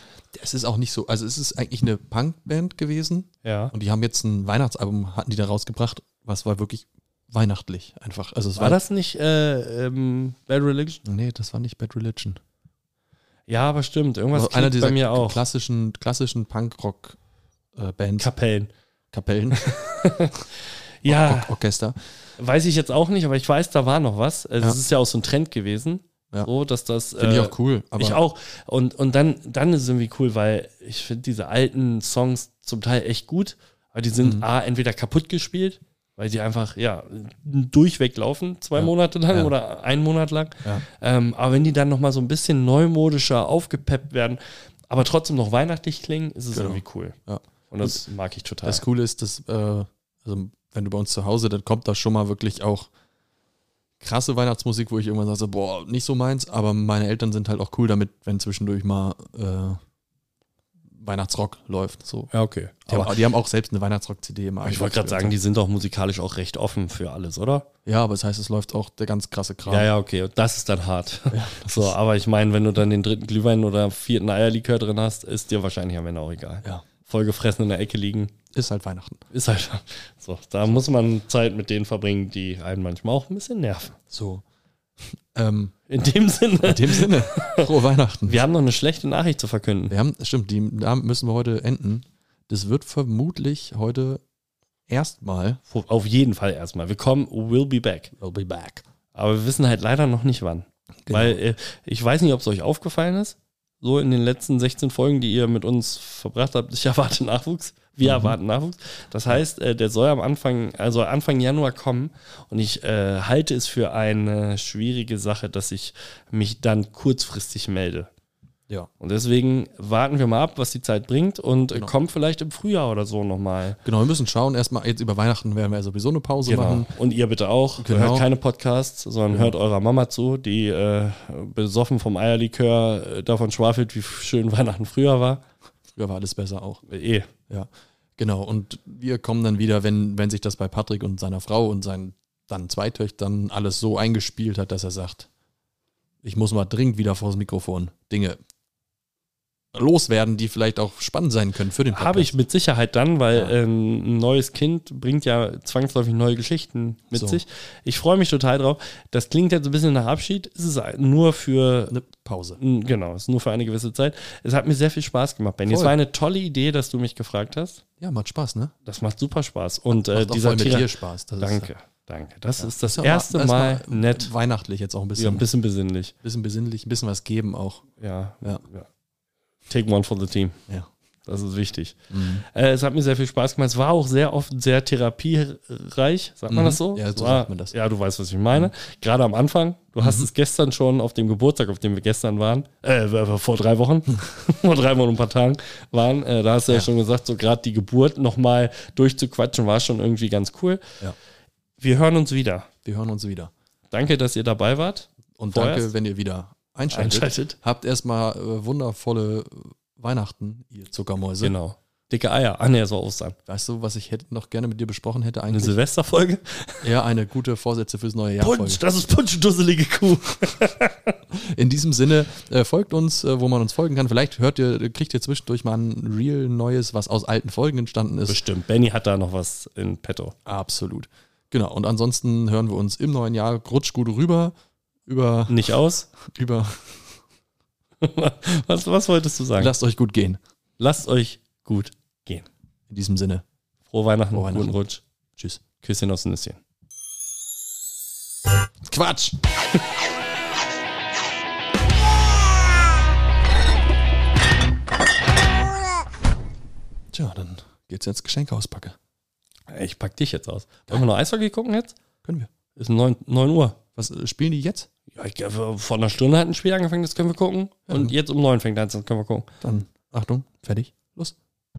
Es ist auch nicht so. Also, es ist eigentlich eine Punkband gewesen. ja. Und die haben jetzt ein Weihnachtsalbum, hatten die da rausgebracht. Was war wirklich weihnachtlich einfach. Also, es war. War das nicht äh, ähm, Bad Religion? Nee, das war nicht Bad Religion. Ja, aber stimmt. Irgendwas Also einer klingt bei dieser mir auch. klassischen, klassischen Punkrock-Bands, Kapellen. Kapellen, Oh, Ja, Orchester. weiß ich jetzt auch nicht, aber ich weiß, da war noch was. Also, Ja. Es ist ja auch so ein Trend gewesen, Ja. so dass das. Finde ich äh, auch cool. Aber ich auch. Und, und dann, dann ist es irgendwie cool, weil ich finde diese alten Songs zum Teil echt gut, aber die sind A, entweder kaputt gespielt, weil die einfach, ja, durchweg laufen, zwei Ja. Monate lang Ja. oder einen Monat lang. Ja. Ähm, aber wenn die dann nochmal so ein bisschen neumodischer aufgepeppt werden, aber trotzdem noch weihnachtlich klingen, ist es Genau. irgendwie cool. Ja. Und das mag ich total. Das Coole ist, dass, äh, also wenn du bei uns zu Hause, dann kommt da schon mal wirklich auch krasse Weihnachtsmusik, wo ich irgendwann sage, so, boah, nicht so meins, aber meine Eltern sind halt auch cool damit, wenn zwischendurch mal äh, Weihnachtsrock läuft. So. Ja, okay. Die, Aber haben, die haben auch selbst eine Weihnachtsrock-CD immer. ich wollte gerade sagen, die sind doch musikalisch auch recht offen für alles, oder? Ja, aber es heißt, es läuft auch der ganz krasse Kram. Ja, ja, okay. Und Das ist dann hart. so, aber ich meine, wenn du dann den dritten Glühwein oder vierten Eierlikör drin hast, ist dir wahrscheinlich am Ende auch egal. Ja. Vollgefressen in der Ecke liegen, Ist halt Weihnachten. ist halt so. Da muss man Zeit mit denen verbringen, die einen manchmal auch ein bisschen nerven. So. Ähm, In dem Sinne, in dem Sinne, frohe Weihnachten. wir haben noch eine schlechte Nachricht zu verkünden. Wir haben, stimmt, die, da müssen wir heute enden. Das wird vermutlich heute erstmal. Auf jeden Fall erstmal. Wir kommen, we'll be back. We'll be back. Aber wir wissen halt leider noch nicht wann. Genau. Weil äh, ich weiß nicht, ob es euch aufgefallen ist, so in den letzten 16 Folgen, die ihr mit uns verbracht habt, ich erwarte Nachwuchs. Mhm. Wir erwarten Nachwuchs. Das heißt, äh, der soll am Anfang, also Anfang Januar kommen. Und ich äh, halte es für eine schwierige Sache, dass ich mich dann kurzfristig melde. Ja. Und deswegen warten wir mal ab, was die Zeit bringt und äh, Genau. kommt vielleicht im Frühjahr oder so nochmal. Genau, wir müssen schauen. Erstmal, jetzt über Weihnachten werden wir sowieso eine Pause Genau. machen. Und ihr bitte auch. Genau. Hört keine Podcasts, sondern hört eurer Mama zu, die äh, besoffen vom Eierlikör äh, davon schwafelt, wie schön Weihnachten früher war. Früher war alles besser auch. Äh, eh. Ja. Genau. Und wir kommen dann wieder, wenn, wenn sich das bei Patrick und seiner Frau und seinen dann zwei Töchtern alles so eingespielt hat, dass er sagt, ich muss mal dringend wieder vors Mikrofon Dinge loswerden, die vielleicht auch spannend sein können für den Habe ich mit Sicherheit dann, weil Ja. ähm, ein neues Kind bringt ja zwangsläufig neue Geschichten mit So. sich. Ich freue mich total drauf. Das klingt jetzt ein bisschen nach Abschied. Es ist nur für Eine Pause. Mm, Genau, ist nur für eine gewisse Zeit. Es hat mir sehr viel Spaß gemacht, Benny. Es Voll. war eine tolle Idee, dass du mich gefragt hast. Ja, macht Spaß, ne? Das macht super Spaß. Und äh, Macht auch dieser voll mit Tira- dir Spaß. Das Danke, danke. Das ist das Ist, ja erste Mal, erstmal nett. Weihnachtlich jetzt auch ein Ja, ein bisschen, bisschen besinnlich. bisschen besinnlich, ein bisschen was geben auch. Ja. Ja. Take one for the team. Ja. Das ist wichtig. Mhm. Äh, es hat mir sehr viel Spaß gemacht. Es war auch sehr oft sehr therapiereich. Sagt man Mhm. das so? Ja, so war, sagt man das. Mhm. Ja, du weißt, was ich meine. Gerade am Anfang. Du hast es gestern schon auf dem Geburtstag, auf dem wir gestern waren, äh, äh, vor drei Wochen, vor drei Wochen und ein paar Tagen waren, äh, da hast du ja, Ja. schon gesagt, so gerade die Geburt nochmal durchzuquatschen, war schon irgendwie ganz cool. Ja. Wir hören uns wieder. Wir hören uns wieder. Danke, dass ihr dabei wart. Und Vorerst- danke, wenn ihr wieder einschaltet. Einschaltet. Habt erstmal äh, wundervolle Weihnachten, ihr Zuckermäuse. Genau. Dicke Eier. Ah, ne, es war Ostern. Weißt du, was ich hätte, noch gerne mit dir besprochen hätte? Eine Eigentlich Silvesterfolge? eher eine gute Vorsätze fürs neue Jahr. Punsch, Folge. das ist punschdusselige Kuh. In diesem Sinne, äh, folgt uns, äh, wo man uns folgen kann. Vielleicht hört ihr, kriegt ihr zwischendurch mal ein real neues, was aus alten Folgen entstanden ist. Bestimmt. Benny hat da noch was in petto. Absolut. Genau. Und ansonsten hören wir uns im neuen Jahr. Rutscht gut rüber. Über, Nicht aus? über. Was, was wolltest du sagen? Lasst euch gut gehen. Lasst euch gut gehen. In diesem Sinne. Frohe Weihnachten, Frohe Weihnachten. guten Rutsch. Tschüss. Küsschen aufs Nüsschen. Quatsch! Tja, dann geht's jetzt Geschenke auspacke. Ich pack dich jetzt aus. Wollen wir noch Eishockey gucken jetzt? Können wir. Ist 9, 9 Uhr. Was äh, spielen die jetzt? Ja, ich, äh, vor einer Stunde hat ein Spiel angefangen, das können wir gucken. Und jetzt um 9 fängt eins an, das können wir gucken. Dann, Achtung, fertig, los.